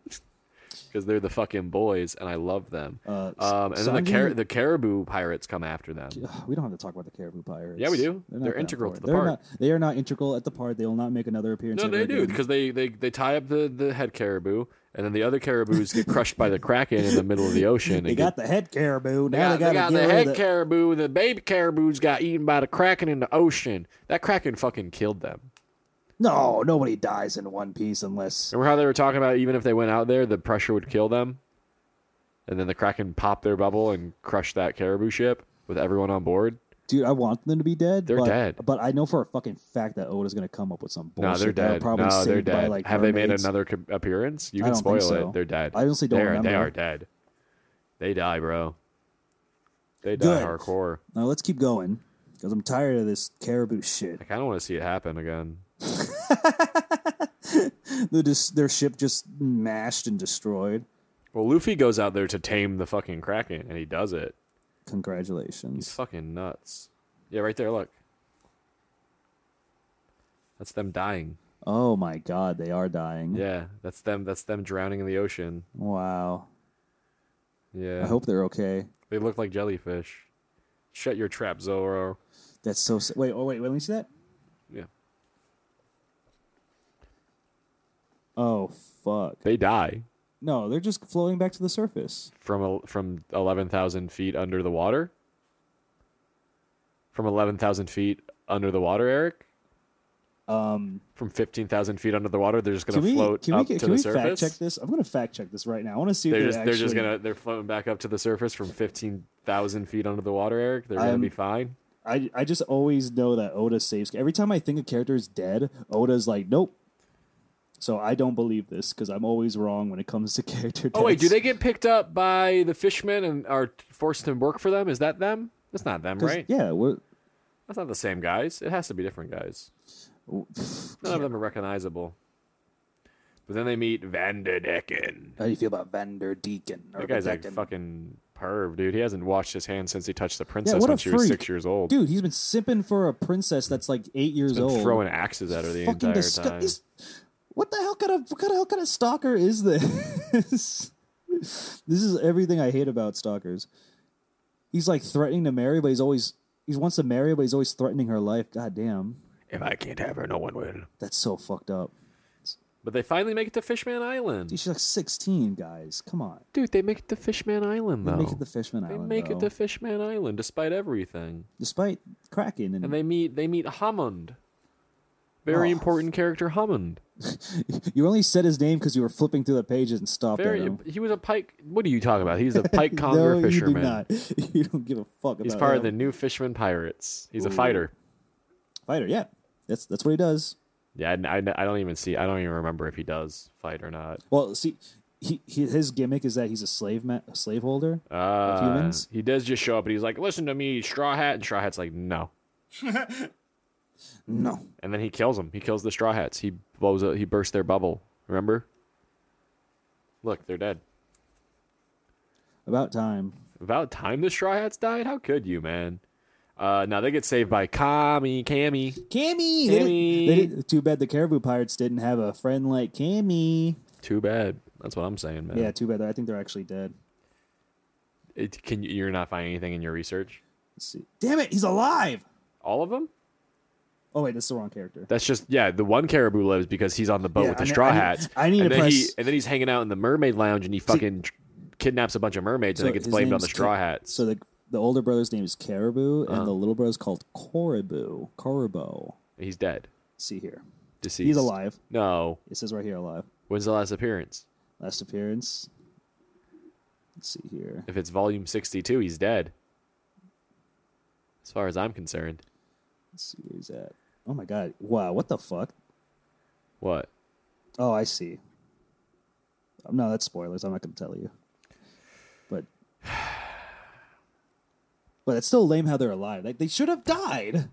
B: because they're the fucking boys, and I love them.
C: Uh,
B: um, and then the,
C: Sanji-
B: car- the caribou pirates come after them.
C: Ugh, we don't have to talk about the Caribou Pirates.
B: Yeah, we do. They're
C: that
B: integral to
C: important.
B: the
C: They're
B: part.
C: Not, they are not integral at the part. They will not make another appearance.
B: No,
C: ever
B: they do
C: again.
B: because they, they they tie up the, the head caribou, and then the other caribous get crushed by the kraken in the middle of the ocean.
C: they
B: and
C: got the head caribou.
B: They
C: Now
B: got, they got
C: gotta
B: the
C: get rid
B: head
C: of the-
B: caribou. The baby caribous got eaten by the kraken in the ocean. That kraken fucking killed them.
C: No, nobody dies in One Piece unless
B: Remember how they were talking about even if they went out there, the pressure would kill them, and then the kraken popped their bubble and crushed that caribou ship with everyone on board.
C: Dude, I want them to be dead.
B: They're
C: but,
B: dead.
C: But I know for a fucking fact that Oda's gonna come up with some
B: No, they're
C: bullshit. that are
B: dead.
C: Probably
B: No, they're
C: saved by,
B: dead.
C: like,
B: Have they made
C: mermaids.
B: another co- appearance? You
C: I
B: can
C: don't
B: spoil
C: think so.
B: it. They're dead.
C: I honestly don't
B: They're- They
C: remember.
B: are dead. They die, bro. They die
C: Good.
B: hardcore.
C: Now let's keep going because I'm tired of this caribou shit.
B: I kind of want to see it happen again.
C: They're just, their ship just mashed and destroyed.
B: Well, Luffy goes out there to tame the fucking kraken, and he does it. He's
C: Congratulations.
B: fucking nuts. Yeah, right there. Look. That's them dying.
C: Oh my god, they are dying.
B: Yeah, that's them. That's them drowning in the ocean.
C: Wow.
B: Yeah,
C: I hope they're okay.
B: they look like jellyfish. Shut your trap, Zoro.
C: That's so. s- Wait, oh wait, wait, let me see that.
B: Yeah,
C: Oh fuck.
B: they die
C: No, they're just floating back to the surface.
B: from el- from eleven thousand feet under the water. From eleven thousand feet under the water, Eric.
C: Um,
B: From fifteen thousand feet under the water, they're just gonna
C: can we
B: float
C: can we
B: up
C: get-
B: to
C: can
B: the
C: we fact
B: surface.
C: check this? I'm gonna fact check this right now. I want to see.
B: They're
C: if
B: just they're just
C: actually-
B: gonna they're floating back up to the surface from fifteen thousand feet under the water, Eric. They're gonna
C: I'm-
B: be fine.
C: I, I just always know that Oda saves. Every time I think a character is dead, Oda's like, nope. So I don't believe this because I'm always wrong when it comes to character.
B: Oh wait, do
C: deaths.
B: they get picked up by the fishmen and are forced to work for them? Is that them? That's not them,
C: 'Cause-
B: right?
C: Yeah, we're,
B: That's not the same guys. It has to be different guys. None of them are recognizable. But then they meet Vanderdecken.
C: how do you feel about Vander Deacon? Or
B: That guy's a
C: Deacon?
B: fucking perv, dude. He hasn't washed his hands since he touched the
C: yeah,
B: princess
C: what
B: when
C: a
B: she
C: freak.
B: was six years old.
C: Dude, he's been simping for a princess that's like eight years
B: Been
C: old.
B: throwing axes at her the
C: fucking
B: entire
C: disgu-
B: time.
C: he's- What the hell kind of what kind of, hell kind of stalker is this? this is everything I hate about stalkers. He's like threatening to marry, but he's always he wants to marry, but he's always threatening her life. God damn,
B: If I can't have her, no one will.
C: that's so fucked up.
B: But they finally make it to Fishman Island.
C: Dude, she's like sixteen, guys. Come on,
B: Dude, they make it to Fishman Island
C: they
B: though.
C: make it to Fishman
B: They
C: Island.
B: make it to
C: though,
B: Fishman Island despite everything.
C: despite cracking and,
B: and they meet they meet Hammond. Very
C: Oh.
B: important character Hammond.
C: you only said his name because you were flipping through the pages and stopped at
B: Very
C: him.
B: he was a pike what are you talking about? He's a pike conger
C: No, you do
B: fisherman.
C: not. You don't give a fuck
B: He's
C: about
B: part
C: him.
B: of the new fisherman pirates. He's a fighter.
C: fighter. Yeah, that's that's what he does.
B: Yeah, I, I, I don't even see I don't even remember if he does fight or not.
C: Well, see, he, he his gimmick is that he's a slave ma- a slaveholder.
B: Uh,
C: humans?
B: He does just show up and he's like, Listen to me, Straw Hat and Straw Hat's like, No.
C: No,
B: And then he kills him. He kills the Straw Hats. He blows up he bursts their bubble. Remember? Look, they're dead.
C: about time.
B: About time the Straw Hats died? How could you, man? Uh, now they get saved by Kami, Kami.
C: Cammy, they didn't- they
B: Cammy.
C: didn't- too bad the Caribou Pirates didn't have a friend like Cammy.
B: Too bad. That's what I'm saying, man.
C: Yeah, too bad. I think they're actually dead.
B: It, can you, you're not finding anything in your research?
C: Let's see. Damn it, he's alive.
B: All of them?
C: Oh wait, that's the wrong character.
B: That's just yeah. The one caribou lives because he's on the boat
C: Yeah,
B: with the
C: I ne-
B: straw
C: I ne-
B: hats.
C: I need
B: and
C: to
B: then He,
C: press-
B: and then he's hanging out in the mermaid lounge, and he fucking tr- kidnaps a bunch of mermaids, and it gets
C: his
B: blamed on
C: name's
B: the
C: Ca-
B: straw hats. Uh-huh.
C: So the the older brother's name is Caribou, and the little brother's called Coribou. Coribo.
B: he's dead,
C: See here,
B: deceased.
C: he's alive.
B: No.
C: It says right here, alive.
B: When's the last appearance?
C: Last appearance. Let's see here.
B: If it's volume sixty-two, he's dead. As far as I'm concerned,
C: Let's see where he's at. Oh my god! Wow, what the fuck?
B: what?
C: Oh, I see. Um, No, that's spoilers. I'm not going to tell you. But But it's still lame how they're alive. Like they should have died.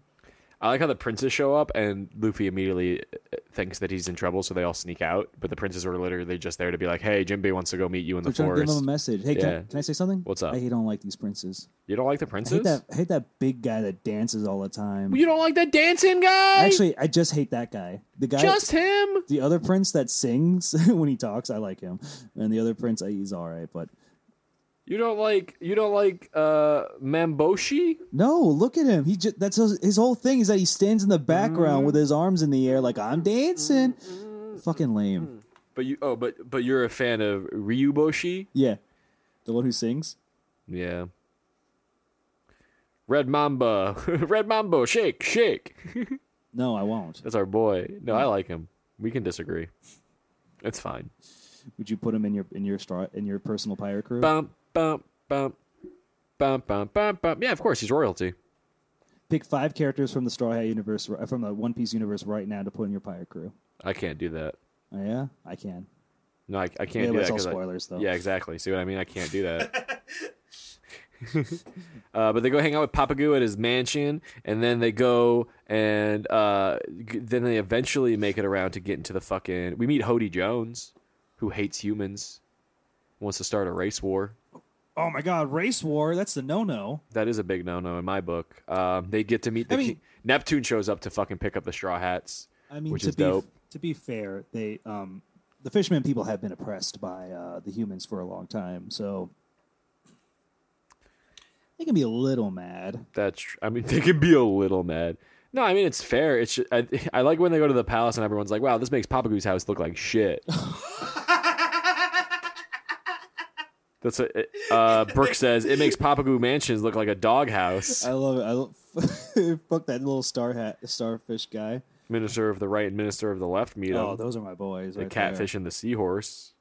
B: I like how the princes show up and Luffy immediately uh, thinks that he's in trouble, so they all sneak out. But the princes were literally just there to be like, "Hey, Jinbei wants to go meet you in
C: They're
B: the
C: trying to give
B: forest."
C: him a message. Hey,
B: Yeah.
C: can, can I say something?
B: What's up?
C: I hate don't like these princes.
B: you don't like the
C: I hate
B: princes?
C: that. I hate that big guy that dances all the time.
B: You don't like that dancing guy?
C: Actually, I just hate that guy. The guy,
B: just him.
C: the other prince that sings when he talks, I like him. And the other prince, I, he's all right. But
B: You don't like you don't like uh Mamboshi?
C: no, look at him. He just, that's his, his whole thing is that he stands in the background with his arms in the air like I'm dancing. Fucking lame.
B: But you oh but but you're a fan of Ryuboshi?
C: Yeah, the one who sings.
B: Yeah. Red Mamba. Red Mambo, shake, shake.
C: No, I won't.
B: That's our boy. No, I like him. We can disagree. It's fine.
C: Would you put him in your in your straw in your personal pirate crew?
B: Bump bump bump bump bump bump bump. Yeah, of course he's royalty.
C: Pick five characters from the Straw Hat universe uh, from the One Piece universe right now to put in your pirate crew.
B: I can't do that.
C: Oh, yeah, I can.
B: No, I, I can't
C: Yeah,
B: do
C: but
B: that.
C: it's all
B: 'cause I-
C: spoilers, though.
B: Yeah, exactly. See what I mean? I can't do that. uh, but they go hang out with Papagoo at his mansion, and then they go and uh, g- then they eventually make it around to get into the fucking. We meet Hody Jones, who hates humans, wants to start a race war.
C: Oh my God, race war. That's the no no.
B: That is a big no-no in my book. Um, they get to meet the
C: I mean-
B: king- Neptune shows up to fucking pick up the straw hats.
C: I mean,
B: which
C: to
B: is
C: be
B: dope.
C: to be fair, they um, the fishermen people have been oppressed by uh, the humans for a long time, so they can be a little mad.
B: That's. tr- I mean, they can be a little mad. No, I mean it's fair. It's. ju- I, I like when they go to the palace and everyone's like, "Wow, this makes Papagoo's house look like shit." That's what it- uh, Brooke says. It makes Papagoo mansions look like a doghouse.
C: I love it. I love, fuck that little star hat, starfish guy.
B: Minister of the right and minister of the left meet
C: Oh,
B: them.
C: those are my boys.
B: the
C: right there.
B: catfish and the seahorse.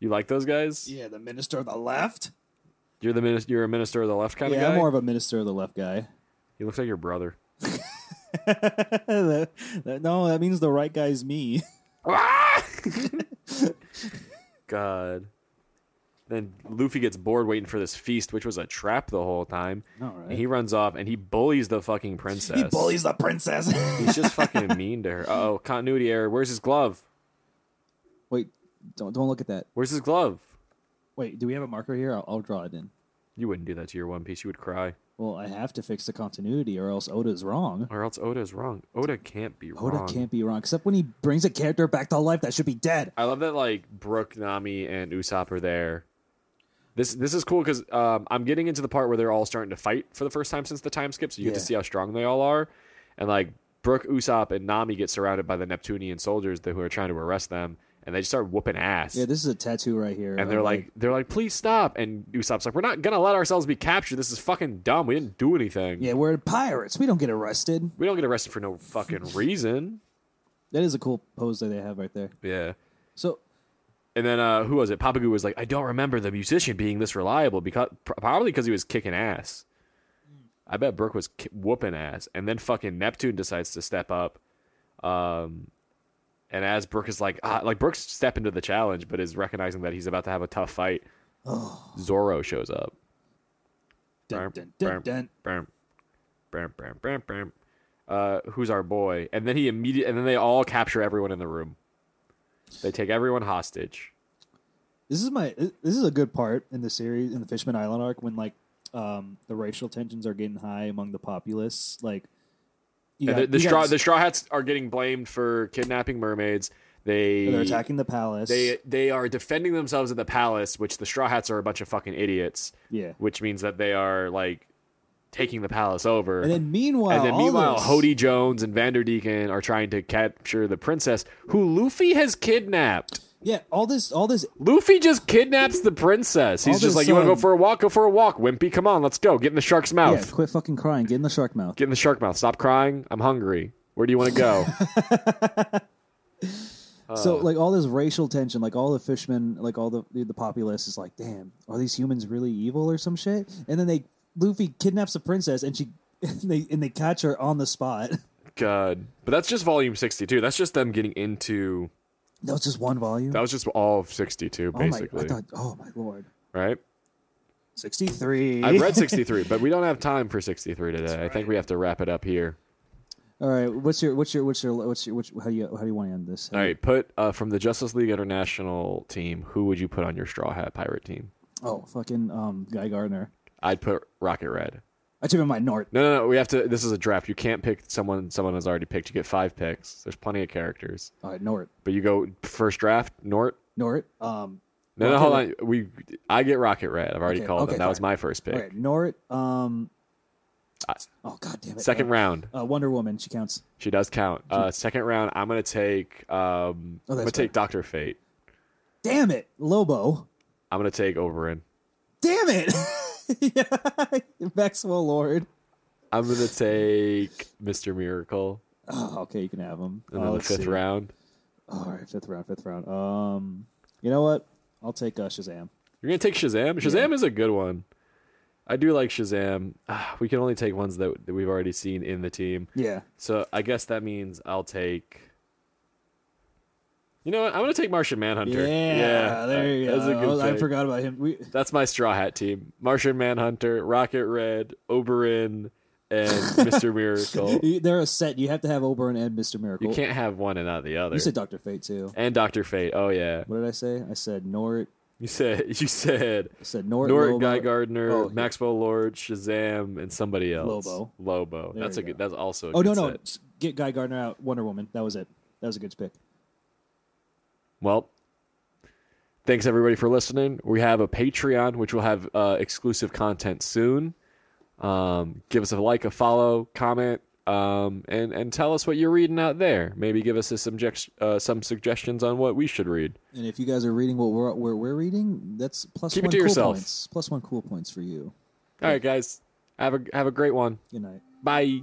B: You like those guys?
C: Yeah, the minister of the left.
B: You're the minister. You're a minister of the left kind
C: yeah,
B: of guy.
C: I'm more of a minister of the left guy.
B: He looks like your brother.
C: That- that- no, that means the right guy's me.
B: God. Then Luffy gets bored waiting for this feast, which was a trap the whole time.
C: All right.
B: And he runs off and he bullies the fucking princess.
C: He bullies the princess.
B: He's just fucking mean to her. Oh, continuity error. Where's his glove?
C: Wait, don't don't look at that.
B: Where's his glove?
C: Wait, do we have a marker here? I'll, I'll draw it in.
B: You wouldn't do that to your One Piece. You would cry.
C: Well, I have to fix the continuity, or else Oda's wrong.
B: Or else Oda is wrong. Oda can't be
C: Oda
B: wrong.
C: can't be wrong, except when he brings a character back to life that should be dead.
B: I love that like Brook, Nami, and Usopp are there. This this is cool because um, I'm getting into the part where they're all starting to fight for the first time since the time skip, so you get to
C: Yeah.
B: see how strong they all are. And like Brook, Usopp, and Nami get surrounded by the Neptunian soldiers that, who are trying to arrest them, and they just start whooping ass.
C: Yeah, this is a tattoo right here.
B: and
C: of,
B: they're like, they're like, please stop. And Usopp's like, we're not gonna let ourselves be captured. This is fucking dumb. We didn't do anything.
C: yeah, we're pirates. We don't get arrested.
B: We don't get arrested for no fucking reason.
C: That is a cool pose that they have right there.
B: Yeah.
C: So
B: And then uh, who was it? Papagoo was like, I don't remember the musician being this reliable because pr- probably because he was kicking ass. I bet Brooke was ki- whooping ass, and then fucking Neptune decides to step up. Um, and as Brooke is like, ah, like Brooke's stepping to the challenge, but is recognizing that he's about to have a tough fight. Zoro shows up.
C: dun, dun, dun, dun.
B: Bam, bam, bam, bam, bam. Uh, who's our boy? And then he immediately, and then they all capture everyone in the room. They take everyone hostage.
C: this is my this is a good part in the series in the Fishman Island arc when like um, the racial tensions are getting high among the populace. Like you
B: And the,
C: got-
B: the
C: you
B: straw
C: got-
B: the straw hats are getting blamed for kidnapping mermaids. They
C: they're attacking the palace.
B: They they are defending themselves at the palace, which the straw hats are a bunch of fucking idiots.
C: Yeah.
B: which means that they are like taking the palace over.
C: and then meanwhile,
B: And then
C: all
B: meanwhile,
C: this-
B: Hody Jones and Vanderdeeken are trying to capture the princess, who Luffy has kidnapped.
C: yeah, all this, all this
B: Luffy just kidnaps the princess. He's
C: All
B: just
C: this,
B: like, "You want to
C: um,
B: go for a walk? Go for a walk, Wimpy. Come on, let's go. Get in the shark's mouth.
C: Yeah, quit fucking crying. Get in the shark mouth.
B: Get in the shark mouth. Stop crying. I'm hungry. Where do you want to go?"
C: so like all this racial tension, like all the fishermen, like all the the populace is like, damn, are these humans really evil or some shit? And then they Luffy kidnaps the princess and she and they and they catch her on the spot.
B: God. But that's just volume 62. That's just them getting into.
C: That was just one volume.
B: That was just all of 62,
C: oh
B: basically.
C: my, I thought, oh my lord.
B: right?
C: 63.
B: I read 63, but we don't have time for 63 today. I think we have to wrap it up here.
C: All right, what's your what's your what's your what's your what's, how do you how do you want to end this?
B: All right, put uh, from the Justice League International team, who would you put on your Straw Hat Pirate team?
C: Oh, fucking um, Guy Gardner.
B: I'd put Rocket Red.
C: I took him my Nort.
B: No, no, no. We have to. This is a draft. You can't pick someone. Someone has already picked. You get five picks. There's plenty of characters,
C: All right, Nort.
B: but you go first draft. Nort.
C: Nort. Um,
B: No, no,
C: Rocket
B: hold
C: Red.
B: on. We, I get Rocket Red. I've already
C: Okay,
B: called
C: okay,
B: them. That was
C: fine.
B: my first pick.
C: all right, Nort. Um,
B: I-
C: oh god damn it.
B: Second
C: uh,
B: round.
C: Uh, Wonder Woman. She counts.
B: She does count. Uh, second round. I'm gonna take. Um,
C: Oh,
B: I'm
C: that's
B: gonna take Doctor Fate.
C: Damn it, Lobo.
B: I'm gonna take Oberyn.
C: Damn it. yeah, Maxwell Lord.
B: I'm gonna take Mister Miracle
C: Oh, okay, you can have him.
B: in
C: Uh,
B: the
C: let's
B: fifth
C: see.
B: round.
C: All right, fifth round, fifth round. Um, you know what? I'll take uh, Shazam.
B: You're gonna take Shazam. Shazam is a good one. I do like Shazam. Ah, we can only take ones that, that we've already seen in the team.
C: Yeah.
B: So I guess that means I'll take. You know what? I'm gonna take Martian Manhunter.
C: Yeah, there you
B: that's a
C: go.
B: good
C: I
B: pick.
C: forgot about him. We
B: That's my Straw Hat team: Martian Manhunter, Rocket Red, Oberyn, and Mister Miracle.
C: you- they're a set. You have to have Oberon and Mister Miracle.
B: You can't have one and not the other.
C: You said Doctor Fate too.
B: and Doctor Fate. Oh yeah,
C: What did I say? I said Nort.
B: you said you said
C: I said Nort.
B: Nort,
C: Lobo.
B: Guy Gardner,
C: Oh, yeah.
B: Maxwell Lord, Shazam, and somebody else.
C: Lobo.
B: Lobo.
C: There
B: that's
C: you
B: a good. That's also. A
C: Oh no
B: good
C: no!
B: set.
C: S- Get Guy Gardner out. Wonder Woman. That was it. That was a good pick.
B: Well, thanks everybody for listening. We have a Patreon, which will have uh, exclusive content soon. Um, give us a like, a follow, comment, um, and and tell us what you're reading out there. Maybe give us a subject, uh, some suggestions on what we should read.
C: And if you guys are reading what we're we're, we're reading, that's plus
B: Keep it
C: one
B: to
C: cool
B: yourself.
C: points. Plus one cool points for you.
B: All right, guys, have a have a great one.
C: Good night.
B: Bye.